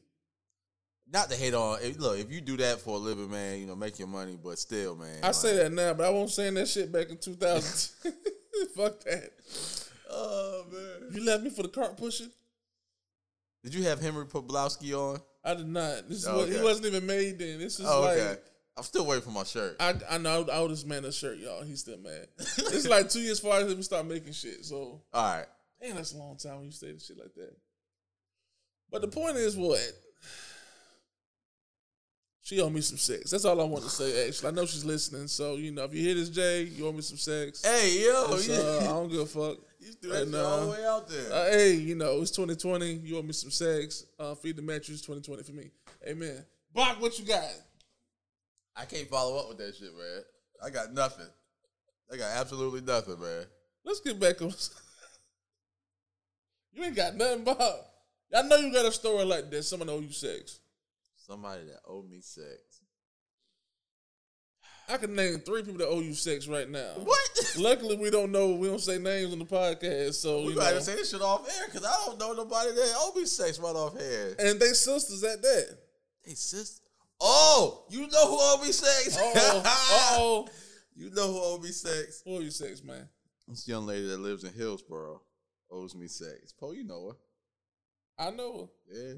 [SPEAKER 2] not to hate on. If, look, if you do that for a living, man, you know, make your money, but still, man.
[SPEAKER 1] I say that now, but I won't saying that shit back in 2000. Fuck that.
[SPEAKER 2] Oh man.
[SPEAKER 1] You left me for the cart pusher?
[SPEAKER 2] Did you have Henry Poblowski on?
[SPEAKER 1] I did not. This is what he
[SPEAKER 2] Oh, Okay.
[SPEAKER 1] wasn't even made then. This is
[SPEAKER 2] Oh,
[SPEAKER 1] like
[SPEAKER 2] okay. I'm still waiting for my shirt.
[SPEAKER 1] I I know I owe this man a shirt, y'all. He's still mad. it's like two years far as we start making shit. So
[SPEAKER 2] All right.
[SPEAKER 1] Damn, that's a long time when you stay to shit like that. But the point is what? She owe me some sex. That's all I want to say, actually. I know she's listening, so you know, if you hear this, Jay, you owe me some sex.
[SPEAKER 2] Hey yo,
[SPEAKER 1] It's,
[SPEAKER 2] yeah.
[SPEAKER 1] uh, I don't give a fuck.
[SPEAKER 2] you threw that
[SPEAKER 1] and,
[SPEAKER 2] shit all
[SPEAKER 1] uh,
[SPEAKER 2] the way out there.
[SPEAKER 1] Uh, hey, you know, it's 2020. You owe me some sex. Uh, feed the mattress 2020 for me. Amen. Block, what you got?
[SPEAKER 2] I can't follow up with that shit, man. I got nothing. I got absolutely nothing, man.
[SPEAKER 1] Let's get back on. you ain't got nothing, Bob. I know you got a story like that. Someone owe you sex.
[SPEAKER 2] Somebody that owed me sex.
[SPEAKER 1] I can name three people that owe you sex right now.
[SPEAKER 2] What?
[SPEAKER 1] Luckily, we don't know. We don't say names on the podcast, so
[SPEAKER 2] We
[SPEAKER 1] you know.
[SPEAKER 2] gotta say this shit off air because I don't know nobody that owed me sex right off here.
[SPEAKER 1] and they sisters at that.
[SPEAKER 2] Hey sis. Oh, you know who owed me sex?
[SPEAKER 1] Oh, oh,
[SPEAKER 2] you know who owed me sex?
[SPEAKER 1] for you sex, man.
[SPEAKER 2] This young lady that lives in Hillsboro owes me sex. Poe, you know her.
[SPEAKER 1] I know.
[SPEAKER 2] Yeah.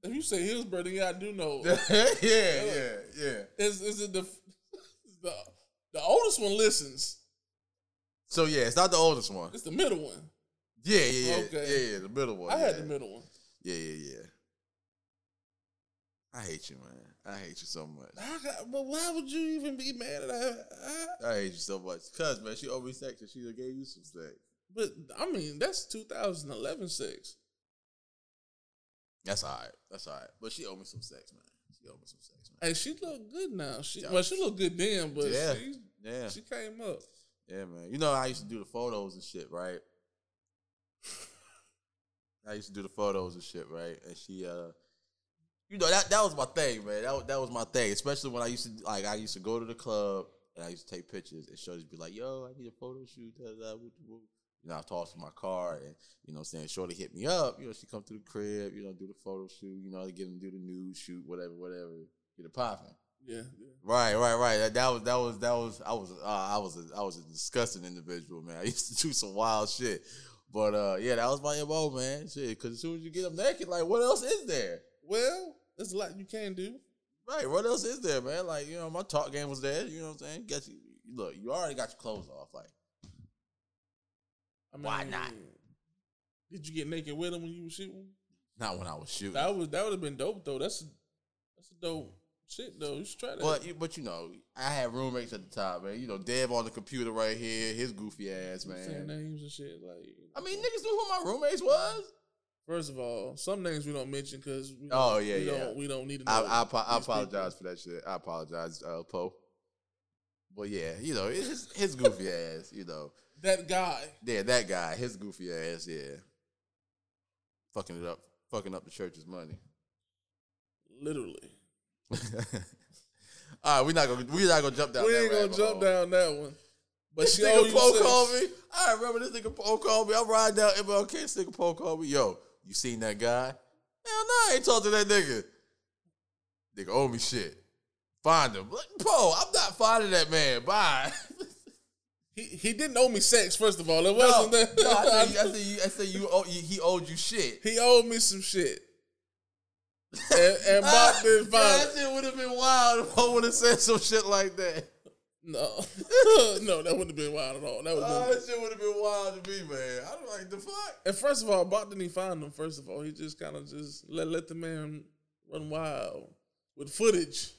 [SPEAKER 1] If you say Hillsborough, then yeah, I do know.
[SPEAKER 2] yeah, yeah, yeah.
[SPEAKER 1] is is it the the the oldest one listens?
[SPEAKER 2] So yeah, it's not the oldest one.
[SPEAKER 1] It's the middle one.
[SPEAKER 2] Yeah, yeah, yeah,
[SPEAKER 1] Okay.
[SPEAKER 2] yeah, yeah. The middle one.
[SPEAKER 1] I had
[SPEAKER 2] yeah.
[SPEAKER 1] the middle one.
[SPEAKER 2] Yeah, yeah, yeah. I hate you, man. I hate you so much.
[SPEAKER 1] I got, but why would you even be mad at her? I-
[SPEAKER 2] I hate you so much. Cause man, she owed me sex and she done gave you some sex.
[SPEAKER 1] But I mean, that's 2011 sex.
[SPEAKER 2] That's all right. That's all right. But she owed me some sex, man. She owed me some sex, man.
[SPEAKER 1] Hey, she look good now. She well, she look good then, but
[SPEAKER 2] Yeah.
[SPEAKER 1] she
[SPEAKER 2] Yeah.
[SPEAKER 1] she came up.
[SPEAKER 2] Yeah, man. You know I used to do the photos and shit, right? I used to do the photos and shit, right? And she uh you know that that was my thing, man. That wa- that was my thing, especially when I used to like I used to go to the club and I used to take pictures and she'll just be like, "Yo, I need a photo shoot." Da, da, da, woo, woo. You know, I toss my car and you know, what I'm saying Shorty hit me up. You know, she come to the crib. You know, do the photo shoot. You know, get them do the nude shoot, whatever, whatever. Get it popping.
[SPEAKER 1] Yeah, yeah.
[SPEAKER 2] Right, right, right. That, that was that was that was I was uh, I was a, I was a disgusting individual, man. I used to do some wild shit, but uh, yeah, that was my mo, man. Shit, because as soon as you get up naked, like, what else is there?
[SPEAKER 1] Well, there's a lot you can do.
[SPEAKER 2] Right, what else is there, man? Like, you know, my talk game was there. You know what I'm saying? Got you. Look, you already got your clothes off. Like,
[SPEAKER 1] I mean,
[SPEAKER 2] Why not?
[SPEAKER 1] Did you get naked with him when you were shooting?
[SPEAKER 2] not when I was shooting,
[SPEAKER 1] That was that would have been dope though. That's that's a dope shit though. You should try that.
[SPEAKER 2] but you, but you know, I had roommates at the time, man. You know, Dev on the computer right here, his goofy ass,
[SPEAKER 1] You saying
[SPEAKER 2] man.
[SPEAKER 1] names and shit like.
[SPEAKER 2] I mean, niggas knew who my roommates was.
[SPEAKER 1] first of all, some names we don't mention because we
[SPEAKER 2] Oh,
[SPEAKER 1] don't-
[SPEAKER 2] yeah,
[SPEAKER 1] we
[SPEAKER 2] yeah.
[SPEAKER 1] don't we don't need to. Know
[SPEAKER 2] I, I, apo- I
[SPEAKER 1] these people.
[SPEAKER 2] apologize for that shit. I apologize, uh, Poe. But yeah, you know, it's his, his goofy ass, you know.
[SPEAKER 1] That guy.
[SPEAKER 2] Yeah, that guy, his goofy ass, yeah. Fucking it up, fucking up the church's money.
[SPEAKER 1] Literally,
[SPEAKER 2] All right, we're not gonna we're not gonna jump down.
[SPEAKER 1] we
[SPEAKER 2] that
[SPEAKER 1] ain't gonna
[SPEAKER 2] rabbit
[SPEAKER 1] jump
[SPEAKER 2] hole.
[SPEAKER 1] down that one. But
[SPEAKER 2] This
[SPEAKER 1] she owe
[SPEAKER 2] nigga
[SPEAKER 1] you
[SPEAKER 2] Poe
[SPEAKER 1] sex.
[SPEAKER 2] called me. I remember this nigga Poe called me. I'm riding down MLK. This nigga Poe called me. Yo, you seen that guy? Hell no, I ain't talking to that nigga. Nigga owe me shit. Find him. Like, Poe, I'm not finding that man. Bye.
[SPEAKER 1] He, he didn't owe me sex. First of all, it
[SPEAKER 2] no,
[SPEAKER 1] wasn't
[SPEAKER 2] no, I
[SPEAKER 1] that.
[SPEAKER 2] said you, I said you, I said you, owe, you he owed you shit.
[SPEAKER 1] he owed me some shit. And, and
[SPEAKER 2] Ah,
[SPEAKER 1] Bob didn't
[SPEAKER 2] Yeah,
[SPEAKER 1] find it.
[SPEAKER 2] that shit would have been wild if Poe would have said some shit like that.
[SPEAKER 1] No, no, that wouldn't have been wild at all. That would have
[SPEAKER 2] Oh,
[SPEAKER 1] been.
[SPEAKER 2] that shit would have been wild to me, man. I was like, the fuck?
[SPEAKER 1] And first of all, Bach didn't even find him. First of all, he just kind of just let let the man run wild with footage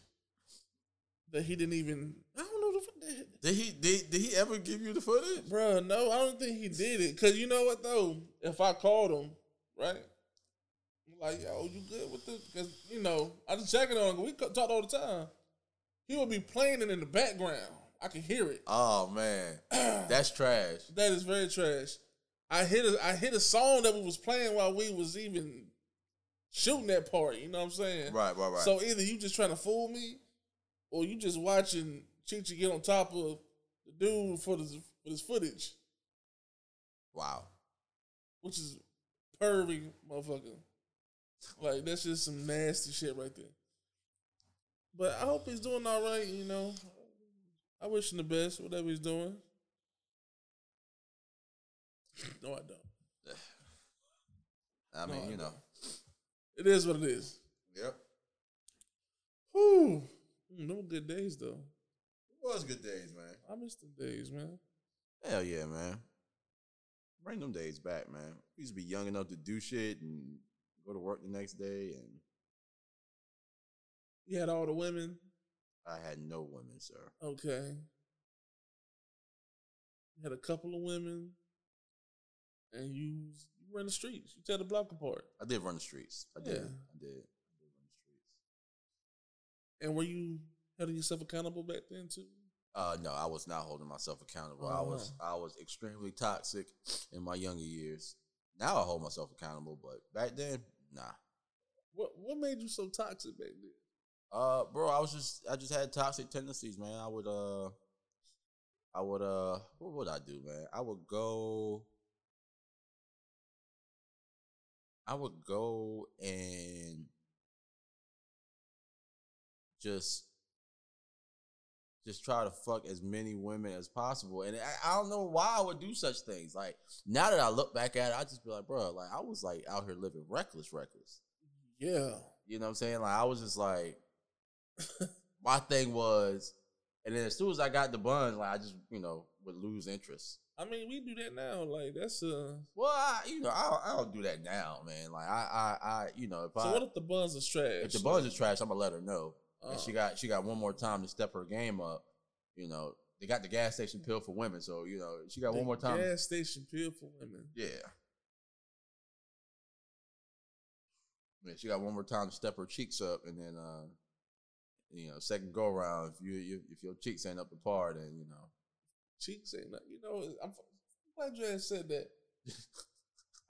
[SPEAKER 1] that he didn't even. I don't know the footage.
[SPEAKER 2] Did he did, did he ever give you the footage?
[SPEAKER 1] Bruh, no, I don't think he did it. Cause you know what though, if I called him, right? I'm like, yo, you good with this? Cause you know, I just checking on him. We co- talked all the time. He would be playing it in the background. I can hear it.
[SPEAKER 2] Oh man, that's trash.
[SPEAKER 1] That is very trash. I hit a I hit a song that we was playing while we was even shooting that part. You know what I'm saying?
[SPEAKER 2] Right, right, right.
[SPEAKER 1] So either you just trying to fool me, or you just watching Chichi get on top of the dude for this for this footage,
[SPEAKER 2] wow.
[SPEAKER 1] which is pervy, motherfucker. Like that's just some nasty shit right there. But I hope he's doing all right. You know, I wish him the best, whatever he's doing. No, I don't.
[SPEAKER 2] I mean,
[SPEAKER 1] I
[SPEAKER 2] you know.
[SPEAKER 1] It is what it is.
[SPEAKER 2] Yep.
[SPEAKER 1] Whew. Mm, No good days though.
[SPEAKER 2] It was good days, man.
[SPEAKER 1] I miss the days, man.
[SPEAKER 2] Hell yeah, man. Bring them days back, man. We used to be young enough to do shit and go to work the next day, and
[SPEAKER 1] You had all the women.
[SPEAKER 2] I had no women, sir.
[SPEAKER 1] Okay. You had a couple of women, and you you were in the streets. You tear the block apart.
[SPEAKER 2] I did run the streets. I did.
[SPEAKER 1] Yeah.
[SPEAKER 2] I did. I did run the streets.
[SPEAKER 1] And were you holding yourself accountable back then too?
[SPEAKER 2] Uh, no, I was not holding myself accountable. I was I was extremely toxic in my younger years. Now I hold myself accountable, but back then, nah.
[SPEAKER 1] What What made you so toxic back then?
[SPEAKER 2] Uh, bro, I was just I just had toxic tendencies, man. I would uh, I would uh, what would I do, man? I would go. I would go and just just try to fuck as many women as possible. And I, I don't know why I would do such things. Like now that I look back at it, I just be like, bro, like I was like out here living reckless, reckless.
[SPEAKER 1] Yeah.
[SPEAKER 2] You know what I'm saying? Like I was just like, my thing was, and then as soon as I got the buns, like I just you know would lose interest.
[SPEAKER 1] I mean, we do that now. Like that's uh.
[SPEAKER 2] Well, I, you know I, I don't do that now, man. Like I I, I you know if
[SPEAKER 1] So
[SPEAKER 2] I
[SPEAKER 1] what if the buns are trash?
[SPEAKER 2] if the buns are trash, I'm gonna let her know. And she
[SPEAKER 1] Uh,
[SPEAKER 2] got she got one more time to step her game up. You know they got the gas station pill for women, so you know she got
[SPEAKER 1] the
[SPEAKER 2] one more time.
[SPEAKER 1] Gas station pill for women.
[SPEAKER 2] Yeah. Man, she got one more time to step her cheeks up, and then uh, you know, second go around. If you, you if your cheeks ain't up to par, then you know.
[SPEAKER 1] cheeks ain't nothing. You know, I'm, I'm glad you had said that.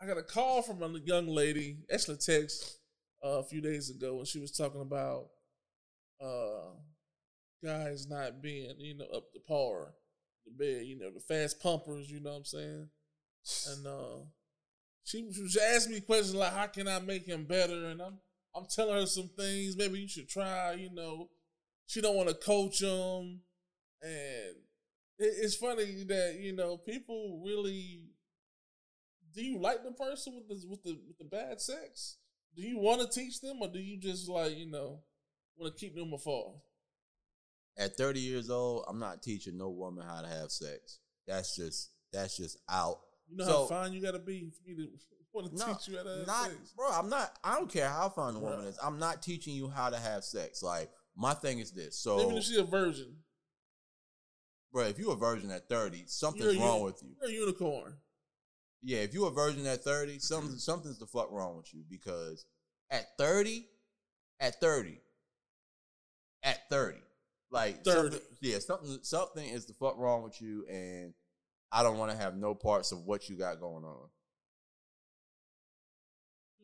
[SPEAKER 1] I got a call from a young lady, actually a text uh, a few days ago, and she was talking about uh, guys not being, you know, up to par, the bed, you know, the fast pumpers, you know what I'm saying? And uh, she, she was asking me questions like, "How can I make him better?" And I'm I'm telling her some things. Maybe you should try. You know, she don't want to coach him, and it, it's funny that you know people really. Do you like the person with the with the with the bad sex? Do you want to teach them, or do you just like you know want to keep them afar?
[SPEAKER 2] At 30 years old, I'm not teaching no woman how to have sex. That's just that's just out.
[SPEAKER 1] You know how
[SPEAKER 2] So-
[SPEAKER 1] fine you got to be for me to want to
[SPEAKER 2] No,
[SPEAKER 1] teach you how to have
[SPEAKER 2] not
[SPEAKER 1] sex.
[SPEAKER 2] bro. I'm not. I don't care how fine the woman
[SPEAKER 1] Bruh.
[SPEAKER 2] is. I'm not teaching you how to have sex. Like my thing is this. So,
[SPEAKER 1] Even if she's a virgin,
[SPEAKER 2] bro, if you a virgin at 30,
[SPEAKER 1] You're a
[SPEAKER 2] something's
[SPEAKER 1] uni-
[SPEAKER 2] wrong with you.
[SPEAKER 1] you're a unicorn.
[SPEAKER 2] Yeah, if you a virgin at 30,
[SPEAKER 1] Mm-hmm.
[SPEAKER 2] something something's the fuck wrong with you because at 30, at 30, at 30, like
[SPEAKER 1] 30.
[SPEAKER 2] something- yeah, something something is the fuck wrong with you and I don't want to have no parts of what you got going on.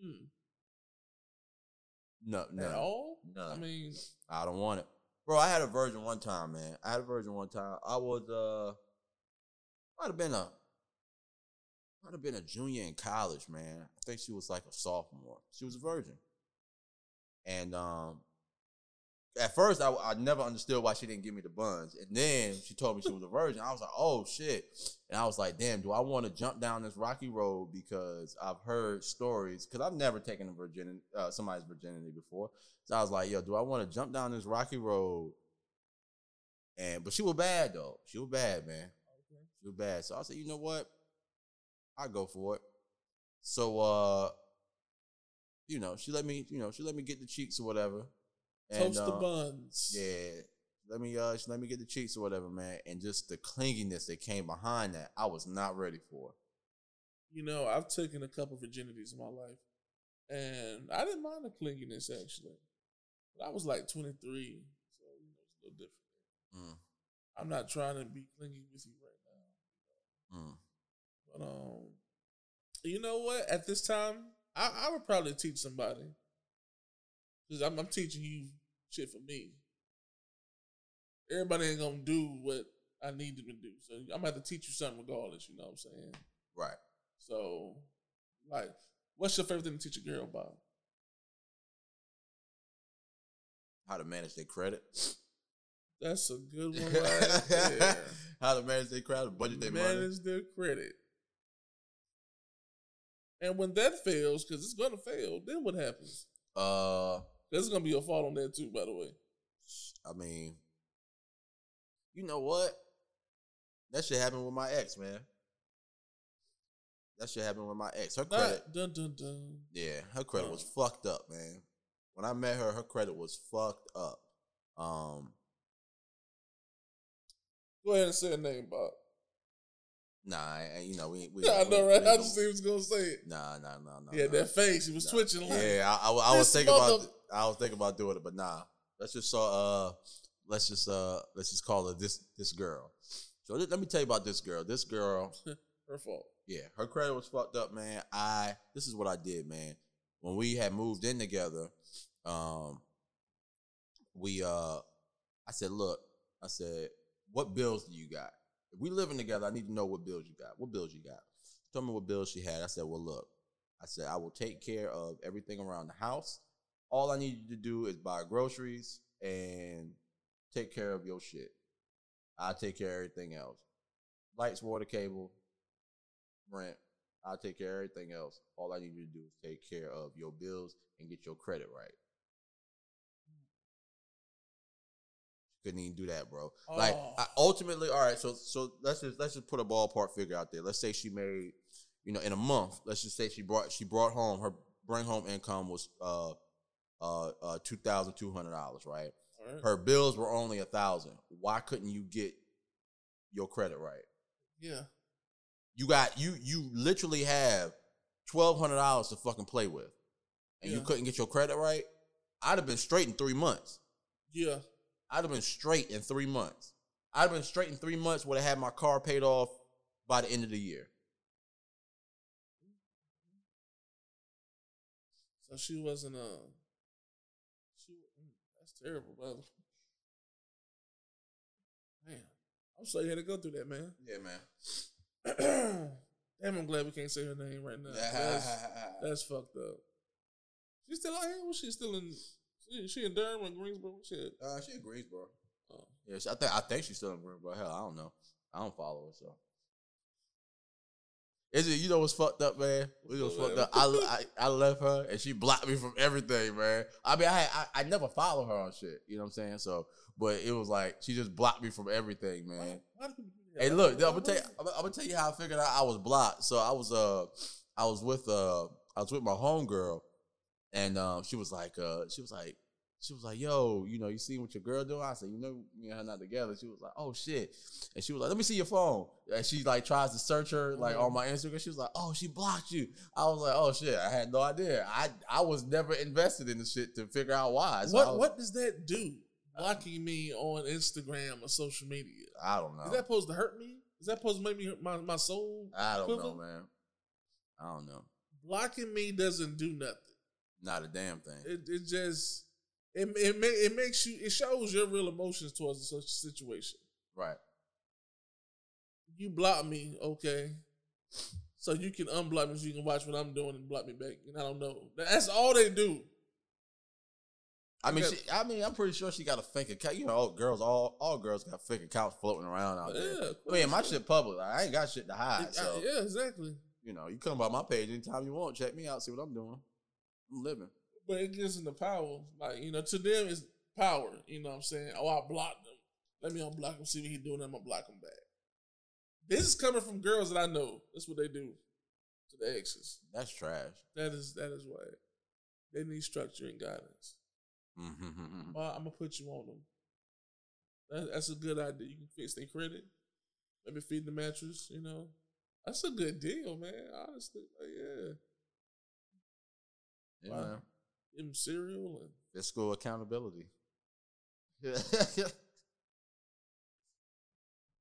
[SPEAKER 1] Hmm.
[SPEAKER 2] No,
[SPEAKER 1] At
[SPEAKER 2] no.
[SPEAKER 1] all?
[SPEAKER 2] No.
[SPEAKER 1] I mean,
[SPEAKER 2] I don't want it. Bro, I had a virgin one time, man. I had a virgin one time. I was uh might have been a might have been a junior in college, man. I think she was like a sophomore. She was a virgin. And um at first I, I never understood why she didn't give me the buns. And then she told me she was a virgin. I was like, "Oh shit." And I was like, "Damn, do I want to jump down this rocky road because I've heard stories cuz I've never taken a virgin uh, somebody's virginity before. So I was like, yo, do I want to jump down this rocky road? And but she was bad though. She was bad, man. She was bad. So I said, you know what? I go for it. So uh, you know, she let me, you know, she let me get the cheeks or whatever. And,
[SPEAKER 1] toast the
[SPEAKER 2] uh,
[SPEAKER 1] buns.
[SPEAKER 2] Yeah. let me uh just let me get the cheeks or whatever, man. And just the clinginess that came behind that, I was not ready for.
[SPEAKER 1] You know, I've taken a couple virginities in my life, and I didn't mind the clinginess actually. But I was like 23, so you know, it's a little different.
[SPEAKER 2] Mm.
[SPEAKER 1] I'm not trying to be clingy with you right now.
[SPEAKER 2] Mm.
[SPEAKER 1] But um, you know what? At this time, I, I would probably teach somebody because I'm, I'm teaching you shit for me. Everybody ain't gonna do what I need them to do, so I'm gonna have to teach you something regardless. You know what I'm saying?
[SPEAKER 2] Right.
[SPEAKER 1] So, like, what's your favorite thing to teach a girl about?
[SPEAKER 2] How to manage their credit.
[SPEAKER 1] That's a good one right there.
[SPEAKER 2] How to manage their crowd, budget their money.
[SPEAKER 1] manage their credit. And when that fails, because it's gonna fail, then what happens?
[SPEAKER 2] Uh
[SPEAKER 1] There's gonna be a fault on that too, by the way.
[SPEAKER 2] I mean, you know what? That shit happened with my ex, man. That shit happened with my ex. Her credit,
[SPEAKER 1] Not dun dun dun.
[SPEAKER 2] yeah, her
[SPEAKER 1] Oh.
[SPEAKER 2] credit was fucked up, man. When I met her, her credit was fucked up. Um,
[SPEAKER 1] Go ahead and say a name, Bob.
[SPEAKER 2] nah, and you know we, we
[SPEAKER 1] Yeah, I
[SPEAKER 2] we-
[SPEAKER 1] know,
[SPEAKER 2] we
[SPEAKER 1] right? I
[SPEAKER 2] don't-
[SPEAKER 1] just he was gonna say it.
[SPEAKER 2] nah, nah, nah, nah.
[SPEAKER 1] yeah,
[SPEAKER 2] nah.
[SPEAKER 1] that face. He was
[SPEAKER 2] Nah.
[SPEAKER 1] twitching like
[SPEAKER 2] Yeah, I, I, I was
[SPEAKER 1] This
[SPEAKER 2] thinking about
[SPEAKER 1] mother-
[SPEAKER 2] I was thinking about doing it, but nah. Let's just uh, uh let's just uh let's just call her this this girl. So let- let me tell you about this girl. This girl,
[SPEAKER 1] her fault.
[SPEAKER 2] yeah, her credit was fucked up, man. I this is what I did, man. When we had moved in together, um, we uh, I said, look, I said, what bills do you got? If we living together, I need to know what bills you got. What bills you got? She told me what bills she had. I said, well, look, I said I will take care of everything around the house. All I need you to do is buy groceries and take care of your shit. I take care of everything else. Lights, water, cable, rent. I'll take care of everything else. All I need you to do is take care of your bills and get your credit right. Couldn't even do that, bro. Like
[SPEAKER 1] Oh.
[SPEAKER 2] I, ultimately, all right. So so let's just let's just put a ballpark figure out there. Let's say she made, you know, in a month. Let's just say she brought she brought home her bring home income was uh uh uh two thousand two hundred dollars, right?
[SPEAKER 1] All right.
[SPEAKER 2] Her bills were only a thousand. Why couldn't you get your credit right?
[SPEAKER 1] Yeah.
[SPEAKER 2] You got you you literally have twelve hundred dollars to fucking play with, and you
[SPEAKER 1] Yeah.
[SPEAKER 2] couldn't get your credit right. I'd have been straight in three months.
[SPEAKER 1] Yeah.
[SPEAKER 2] I'd have been straight in three months. I'd have been straight in three months. Would have had my car paid off by the end of the year.
[SPEAKER 1] So she wasn't uh she mm, that's terrible, brother. Man. I'm sorry you had to go through that, man.
[SPEAKER 2] Yeah, man.
[SPEAKER 1] Damn, I'm glad we can't say her name right now. That's, that's fucked up. She's still out here? Was she still in she, she in Durham or Greensboro? Shit.
[SPEAKER 2] uh, she agrees, bro.
[SPEAKER 1] Oh.
[SPEAKER 2] Yeah, she, I think I think she's still in Green, bro. Hell, I don't know. I don't follow her, so. Is it you know what's fucked up, man? We was fucked up. I, I I left her and she blocked me from everything, man. I mean, I, had, I I never follow her on shit. You know what I'm saying? So, but it was like she just blocked me from everything, man.
[SPEAKER 1] Why do people do that?
[SPEAKER 2] Hey, look, I'm gonna tell you, I'm, gonna tell you how I figured out I was blocked. So I was uh, I was with uh, I was with my homegirl, and um, she was like uh, she was like, she was like, yo, you know, you see what your girl doing? I said, you know, me and her not together. She was like, oh shit, and she was like, let me see your phone. And she like tries to search her like
[SPEAKER 1] Mm-hmm.
[SPEAKER 2] on my Instagram. She was like, oh, she blocked you. I was like, oh shit, I had no idea. I I was never invested in the shit to figure out why. So I
[SPEAKER 1] What
[SPEAKER 2] was-
[SPEAKER 1] what does that do?
[SPEAKER 2] Uh,
[SPEAKER 1] Blocking me on Instagram or social media.
[SPEAKER 2] I don't
[SPEAKER 1] Is
[SPEAKER 2] know.
[SPEAKER 1] that supposed to hurt me? Is that supposed to make me hurt my, my soul?
[SPEAKER 2] I don't know,
[SPEAKER 1] quiver?
[SPEAKER 2] man. I don't know.
[SPEAKER 1] Blocking me doesn't do nothing.
[SPEAKER 2] Not a damn thing.
[SPEAKER 1] It, it just it it, ma- it makes you it shows your real emotions towards such a situation.
[SPEAKER 2] right.
[SPEAKER 1] You block me, okay. So you can unblock me so you can watch what I'm doing and block me back. And I don't know. That's all they do.
[SPEAKER 2] I mean,
[SPEAKER 1] Okay.
[SPEAKER 2] she, I mean, I'm pretty sure she got a fake account. You know, all girls, all all girls got fake accounts floating around out there.
[SPEAKER 1] Yeah, of
[SPEAKER 2] I mean, my
[SPEAKER 1] course.
[SPEAKER 2] shit public. Like, I ain't got shit to hide.
[SPEAKER 1] It- I-
[SPEAKER 2] so
[SPEAKER 1] yeah, exactly.
[SPEAKER 2] you know, you come by my page anytime you want. Check me out. See what I'm doing. I'm living.
[SPEAKER 1] But it gives them the power. Like, you know, to them it's power. You know what I'm saying? Oh, I blocked them. Let me unblock him, see what he doing, I'm gonna block him back. This is coming from girls that I know. That's what they do to the exes.
[SPEAKER 2] That's trash.
[SPEAKER 1] That is that is why they need structure and guidance.
[SPEAKER 2] Mhm.
[SPEAKER 1] Well, I'm gonna put you on them. That, that's a good idea. You can fix their credit. Maybe feed the mattress. You know, that's a good deal, man. Honestly, like, yeah.
[SPEAKER 2] Yeah,
[SPEAKER 1] Wow.
[SPEAKER 2] man.
[SPEAKER 1] Give them cereal and
[SPEAKER 2] Fiscal accountability.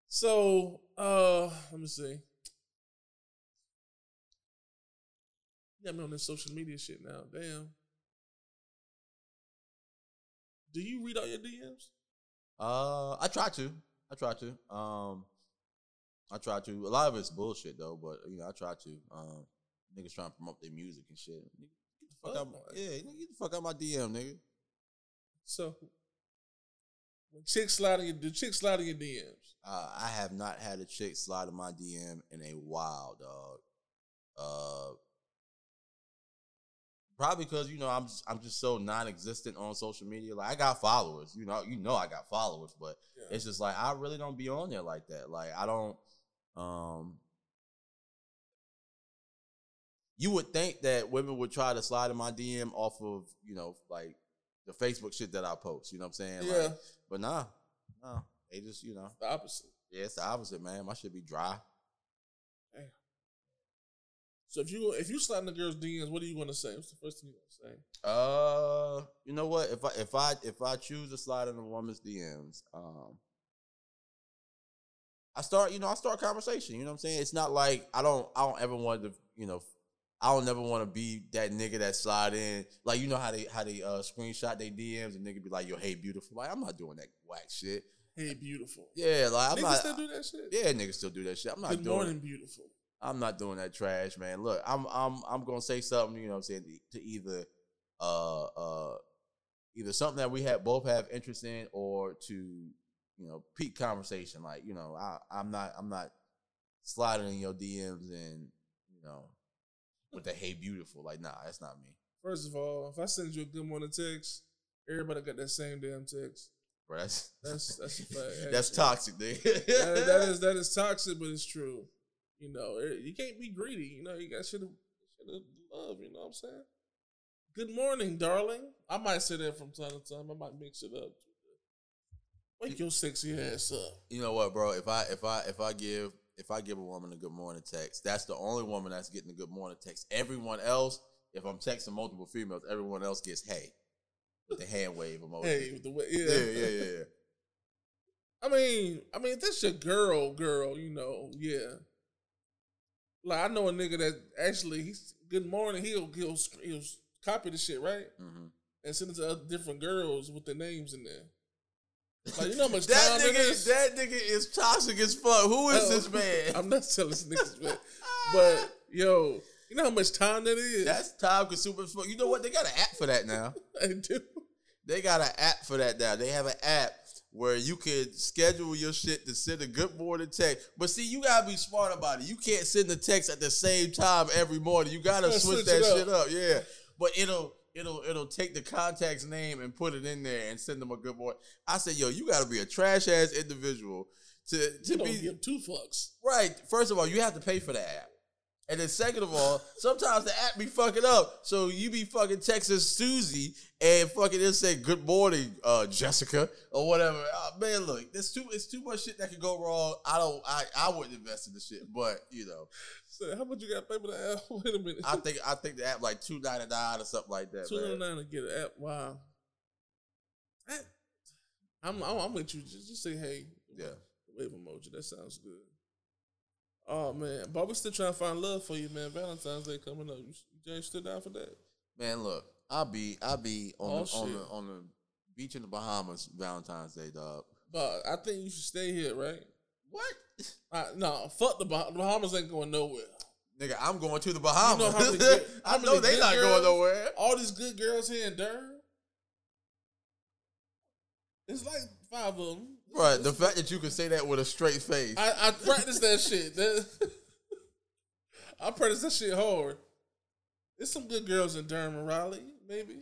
[SPEAKER 1] So, uh, let me see. You got me on this social media shit now. Damn. Do you read all your DMs?
[SPEAKER 2] Uh, I try to. I try to. Um, I try to. A lot of it's bullshit though, but you know, I try to. Um, niggas trying to promote their music and shit. Nigga, Get the fuck out. my-
[SPEAKER 1] Fuck.
[SPEAKER 2] Yeah, nigga, get the fuck out my DM, nigga.
[SPEAKER 1] So, when chicks slide in your, do chicks slide in your DMs?
[SPEAKER 2] Uh, I have not had a chick slide in my DM in a while, dog. Uh, probably because you know I'm just, I'm just so non-existent on social media. Like I got followers, you know, you know I got followers, but
[SPEAKER 1] Yeah.
[SPEAKER 2] it's just like I really don't be on there like that. Like I don't. Um, you would think that women would try to slide in my DM off of you know like the Facebook shit that I post. You know what I'm saying?
[SPEAKER 1] yeah,
[SPEAKER 2] Like, but nah, nah. They just you know
[SPEAKER 1] the opposite.
[SPEAKER 2] yeah, it's the opposite, man. My shit be dry.
[SPEAKER 1] So if you if you slide in the girl's DMs, what are you gonna say? What's the first thing you're gonna say?
[SPEAKER 2] Uh, you know what? If I if I if I choose to slide in a woman's DMs, um, I start you know I start conversation. You know what I'm saying? It's not like I don't I don't ever want to you know I don't never want to be that nigga that slide in like you know how they how they uh screenshot they DMs and nigga be like yo hey beautiful like I'm not doing that whack shit.
[SPEAKER 1] Hey, beautiful.
[SPEAKER 2] Yeah, like I'm
[SPEAKER 1] Niggas
[SPEAKER 2] not.
[SPEAKER 1] still do that shit.
[SPEAKER 2] yeah, niggas still do that shit. I'm not
[SPEAKER 1] Good
[SPEAKER 2] doing. it.
[SPEAKER 1] morning, beautiful.
[SPEAKER 2] I'm not doing that trash, man. Look, I'm I'm I'm gonna say something, you know what I'm saying, to either uh uh either something that we have both have interest in or to, you know, peak conversation. Like, you know, I I'm not I'm not sliding in your DMs and, you know, with the hey beautiful. Like, nah, that's not me.
[SPEAKER 1] First of all, if I send you a good morning text, everybody got that same damn text.
[SPEAKER 2] Bro, that's
[SPEAKER 1] That's- that's a fact,
[SPEAKER 2] that's
[SPEAKER 1] actually.
[SPEAKER 2] toxic, nigga.
[SPEAKER 1] That- that is that is toxic, but it's true. You know, it- you can't be greedy. You know, you got shit to, shit to love. You know what I'm saying? Good morning, darling. I might say that from time to time. I might mix it up. Wake your sexy ass up.
[SPEAKER 2] you know what, bro? If I if I if I give if I give a woman a good morning text, that's the only woman that's getting a good morning text. Everyone else, if I'm texting multiple females, everyone else gets hey with the hand wave emoji.
[SPEAKER 1] Hey, with the way, yeah.
[SPEAKER 2] Oh, yeah, yeah, yeah, yeah.
[SPEAKER 1] I mean, I mean, if that's your girl, girl. You know, yeah. Like I know a nigga that actually, he's good morning. He'll he'll he'll copy the shit right
[SPEAKER 2] Mhm.
[SPEAKER 1] and send it to other different girls with their names in there. Like you know how much
[SPEAKER 2] That
[SPEAKER 1] time it
[SPEAKER 2] nigga,
[SPEAKER 1] is?
[SPEAKER 2] that nigga is toxic as fuck. Who is
[SPEAKER 1] Oh,
[SPEAKER 2] this man?
[SPEAKER 1] I'm not telling this niggas, man. But yo, you know how much time that is.
[SPEAKER 2] that's time consuming. as fuck. You know what? They got an app for that now.
[SPEAKER 1] I do.
[SPEAKER 2] They got an app for that now. They have an app where you could schedule your shit to send a good morning text. But see, you gotta be smart about it. You can't send the text at the same time every morning. You gotta
[SPEAKER 1] Gotta
[SPEAKER 2] switch,
[SPEAKER 1] switch
[SPEAKER 2] that
[SPEAKER 1] it up.
[SPEAKER 2] shit up. Yeah. But it'll it'll it'll take the contact's name and put it in there and send them a good morning. I said, yo, you gotta be a trash ass individual to to
[SPEAKER 1] You don't
[SPEAKER 2] be
[SPEAKER 1] give two fucks.
[SPEAKER 2] Right. First of all, you have to pay for the app. And then second of all, sometimes the app be fucking up. So you be fucking texting Susie and fucking just say good morning, uh, Jessica, or whatever. Uh, man, look, there's too it's too much shit that could go wrong. I don't I, I wouldn't invest in the shit, but you know,
[SPEAKER 1] So how much you got to pay for the app? Wait a minute.
[SPEAKER 2] I think I think the app like two ninety nine or something like that.
[SPEAKER 1] Two ninety
[SPEAKER 2] Man.
[SPEAKER 1] nine to get an app. Wow. That- I'm, I'm I'm with you. Just, just say hey.
[SPEAKER 2] Yeah.
[SPEAKER 1] Wave emoji. That sounds good. Oh man, but we still trying to find love for you, man. Valentine's Day coming up. You, you ain't still down for that?
[SPEAKER 2] Man, look, I'll be I'll be on
[SPEAKER 1] Oh,
[SPEAKER 2] the, on
[SPEAKER 1] shit.
[SPEAKER 2] the on the beach in the Bahamas Valentine's Day, dog.
[SPEAKER 1] But I think you should stay here, right?
[SPEAKER 2] What?
[SPEAKER 1] Uh, no, fuck the Bahamas. The Bahamas ain't going nowhere.
[SPEAKER 2] Nigga, I'm going to the
[SPEAKER 1] You know
[SPEAKER 2] Bahamas.
[SPEAKER 1] how many good-
[SPEAKER 2] I
[SPEAKER 1] how
[SPEAKER 2] know
[SPEAKER 1] many
[SPEAKER 2] they
[SPEAKER 1] good
[SPEAKER 2] not
[SPEAKER 1] girls-
[SPEAKER 2] going nowhere.
[SPEAKER 1] All these good girls here in Durham. It's like five of them.
[SPEAKER 2] Right, the fact that you can say that with a straight face.
[SPEAKER 1] I, I practice that shit. That- I practice that shit hard. There's some good girls in Durham and Raleigh, maybe.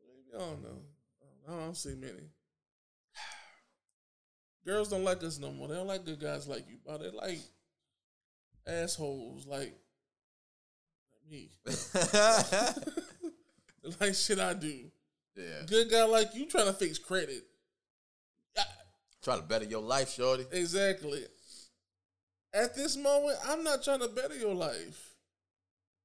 [SPEAKER 1] Maybe I don't know. I don't, I don't see many. Girls don't like us no more. They don't like good guys like you, but they like assholes like me. They like shit I do.
[SPEAKER 2] yeah.
[SPEAKER 1] Good guy like you trying to fix credit.
[SPEAKER 2] Try to better your life, shorty.
[SPEAKER 1] Exactly. At this moment, I'm not trying to better your life.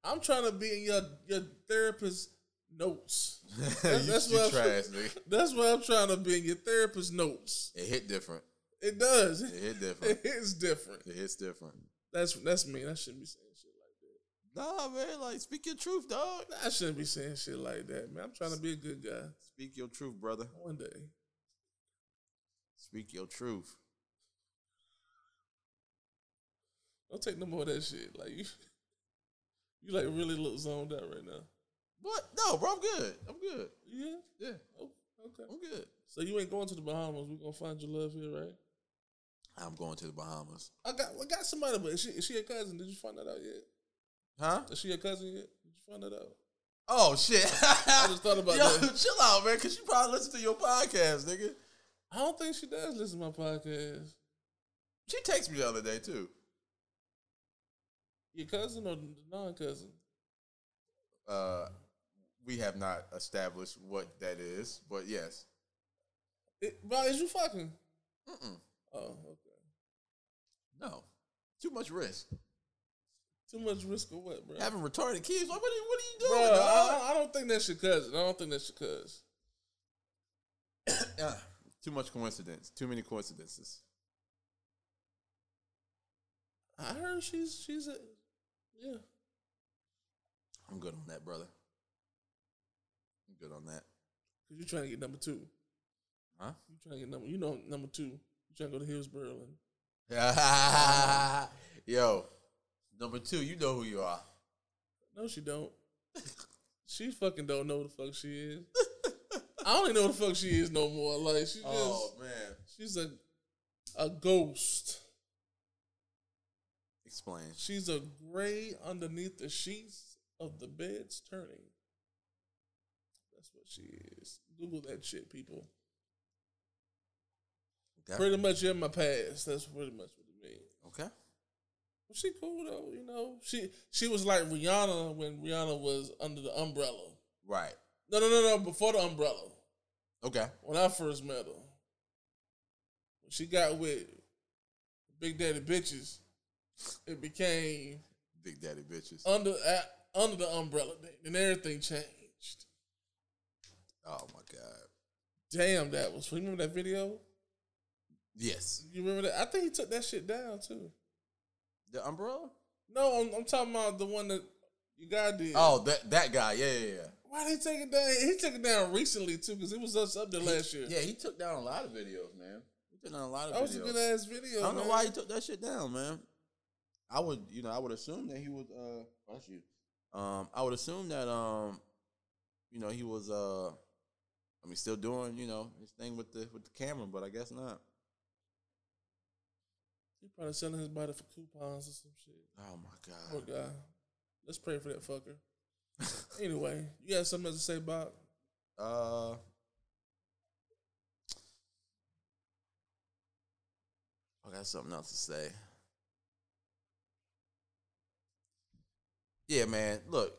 [SPEAKER 1] I'm trying to be in your your therapist's notes. That's,
[SPEAKER 2] you
[SPEAKER 1] that's
[SPEAKER 2] you
[SPEAKER 1] what
[SPEAKER 2] trash,
[SPEAKER 1] I'm,
[SPEAKER 2] nigga.
[SPEAKER 1] that's what I'm trying to be in your therapist's notes.
[SPEAKER 2] It hit different.
[SPEAKER 1] It does.
[SPEAKER 2] It hit different.
[SPEAKER 1] It is different.
[SPEAKER 2] it hits different.
[SPEAKER 1] That's that's me. I shouldn't be saying shit like
[SPEAKER 2] Nah, man. Like, speak your truth, dog.
[SPEAKER 1] that. I shouldn't be saying shit like that, man. I'm trying to be a good guy.
[SPEAKER 2] Speak your truth, brother.
[SPEAKER 1] One day.
[SPEAKER 2] Speak your truth.
[SPEAKER 1] Don't take no more of that shit. Like you you like really look zoned out right now.
[SPEAKER 2] What? No, bro. I'm good. I'm good.
[SPEAKER 1] Yeah?
[SPEAKER 2] Yeah,
[SPEAKER 1] Oh, okay.
[SPEAKER 2] I'm good.
[SPEAKER 1] So you ain't going to the Bahamas. We're gonna find your love here, right?
[SPEAKER 2] I'm going to the Bahamas.
[SPEAKER 1] I got I got somebody, but is she is she a cousin? Did you find that out yet?
[SPEAKER 2] Huh?
[SPEAKER 1] Is she a cousin yet? Did you find that out?
[SPEAKER 2] Oh shit! I
[SPEAKER 1] just thought about
[SPEAKER 2] Yo,
[SPEAKER 1] that.
[SPEAKER 2] Chill out, man. Cause you probably listen to your podcast, nigga.
[SPEAKER 1] I don't think she does listen to my podcast.
[SPEAKER 2] She texted me the other day too.
[SPEAKER 1] Your cousin or non cousin?
[SPEAKER 2] Uh, we have not established what that is, but yes,
[SPEAKER 1] Bro, is you fucking?
[SPEAKER 2] Mm-mm.
[SPEAKER 1] Oh, okay.
[SPEAKER 2] no, too much risk.
[SPEAKER 1] Too much risk of what, bro?
[SPEAKER 2] Having retarded kids. Like, what are you? What are you
[SPEAKER 1] Bro,
[SPEAKER 2] doing? dog?
[SPEAKER 1] I, I don't think that's your cousin. I don't think that's your cousin.
[SPEAKER 2] Uh, too much coincidence. Too many coincidences.
[SPEAKER 1] I heard she's she's a yeah.
[SPEAKER 2] I'm good on that, brother. I'm good on that.
[SPEAKER 1] Cause you trying to get number two.
[SPEAKER 2] Huh?
[SPEAKER 1] You trying to get number. You know number two. You trying to go to Hillsborough and
[SPEAKER 2] Yo, number two, you know who you are.
[SPEAKER 1] no, she don't. she fucking don't know who the fuck she is. I don't even know who the fuck she is no more. Like she just
[SPEAKER 2] Oh, man,
[SPEAKER 1] she's a a ghost.
[SPEAKER 2] explain.
[SPEAKER 1] She's a gray underneath the sheets of the beds turning. That's what she is. Google that shit, people.
[SPEAKER 2] Okay.
[SPEAKER 1] Pretty much in my past. That's pretty much what it means.
[SPEAKER 2] Okay.
[SPEAKER 1] Well, she cool though, you know. She she was like Rihanna when Rihanna was under the umbrella.
[SPEAKER 2] Right.
[SPEAKER 1] No, no, no, no. Before the umbrella,
[SPEAKER 2] Okay.
[SPEAKER 1] when I first met her, when she got with Big Daddy bitches, it became
[SPEAKER 2] Big daddy bitches.
[SPEAKER 1] under uh, under the umbrella, thing, and everything changed.
[SPEAKER 2] oh my god.
[SPEAKER 1] Damn, that was. You remember that video?
[SPEAKER 2] Yes.
[SPEAKER 1] You remember that? I think he took that shit down too.
[SPEAKER 2] The umbrella.
[SPEAKER 1] No, I'm, I'm talking about the one that you got did.
[SPEAKER 2] Oh, that that guy. Yeah, yeah, yeah.
[SPEAKER 1] Why did he take it down? He took it down recently too, because it was us up there last year.
[SPEAKER 2] Yeah, he took down a lot of videos, man. He took down a lot of
[SPEAKER 1] That was a
[SPEAKER 2] videos.
[SPEAKER 1] good ass video.
[SPEAKER 2] I don't know
[SPEAKER 1] man.
[SPEAKER 2] why he took that shit down, man. I would, you know, I would assume that he was. Uh, bless you. Um, I would assume that, um, you know, he was. Uh, I mean, still doing, you know, his thing with the with the camera, but I guess not.
[SPEAKER 1] He probably selling his body for coupons or some shit.
[SPEAKER 2] Oh my
[SPEAKER 1] Poor
[SPEAKER 2] god.
[SPEAKER 1] guy. Let's pray for that fucker. anyway, you got something else to say, Bob?
[SPEAKER 2] Uh, I got something else to say. Yeah, man. Look,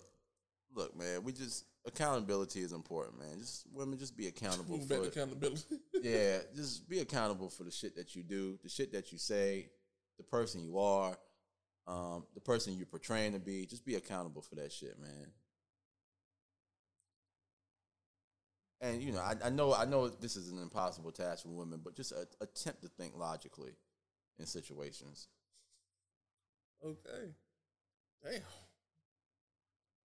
[SPEAKER 2] look, man. We just accountability is important, man. Just women, just be accountable
[SPEAKER 1] Move back
[SPEAKER 2] for
[SPEAKER 1] to accountability.
[SPEAKER 2] yeah. Just be accountable for the shit that you do, the shit that you say, the person you are, um, the person you're portraying to be. Just be accountable for that shit, man. and you know, I, I know, I know this is an impossible task for women, but just a, attempt to think logically in situations.
[SPEAKER 1] okay. Damn.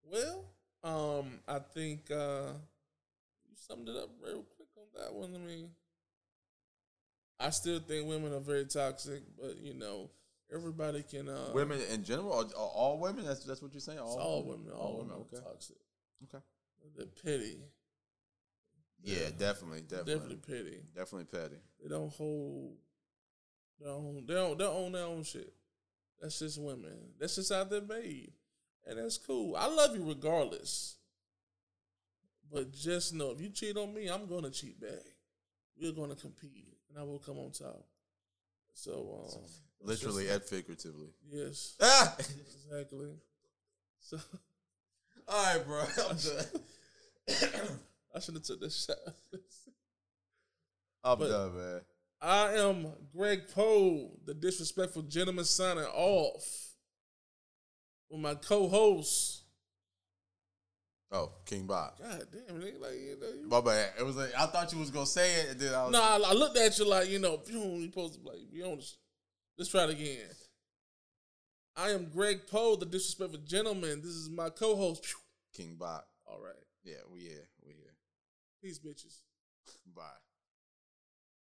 [SPEAKER 1] Well, um, I think uh you summed it up real quick on that one. I mean, I still think women are very toxic, but you know, everybody can. Uh,
[SPEAKER 2] women in general, or, or all women? That's that's what you're saying.
[SPEAKER 1] it's
[SPEAKER 2] All,
[SPEAKER 1] all women, all,
[SPEAKER 2] all
[SPEAKER 1] women,
[SPEAKER 2] women,
[SPEAKER 1] are
[SPEAKER 2] okay.
[SPEAKER 1] toxic.
[SPEAKER 2] Okay.
[SPEAKER 1] They're petty.
[SPEAKER 2] Yeah, definitely, definitely,
[SPEAKER 1] Definitely
[SPEAKER 2] definitely,
[SPEAKER 1] petty.
[SPEAKER 2] petty.
[SPEAKER 1] They don't hold their own. They don't. They own their own shit. That's just women. That's just how they're made, and that's cool. I love you regardless. But just know, if you cheat on me, I'm gonna cheat back. We're gonna compete, and I will come on top. So, um, that's
[SPEAKER 2] Literally
[SPEAKER 1] just-
[SPEAKER 2] and figuratively.
[SPEAKER 1] yes,
[SPEAKER 2] Ah!
[SPEAKER 1] exactly. So,
[SPEAKER 2] all right, bro. I'm done.
[SPEAKER 1] I should have took the shot.
[SPEAKER 2] I'm
[SPEAKER 1] But-
[SPEAKER 2] done, man.
[SPEAKER 1] I am Greg Poe, the disrespectful gentleman, signing off with my co-host.
[SPEAKER 2] Oh, King Bob.
[SPEAKER 1] God damn, nigga, like you know, you-
[SPEAKER 2] My bad. It was. Like, I thought you was gonna say it, and then I was.
[SPEAKER 1] Nah, I- I looked at you like you know, you don't- you supposed to be like, you don't. Let's try it again. I am Greg Poe, the disrespectful gentleman. This is my co-host. Pew.
[SPEAKER 2] King Bob.
[SPEAKER 1] All right,
[SPEAKER 2] Yeah, we here. We here.
[SPEAKER 1] these bitches.
[SPEAKER 2] Bye.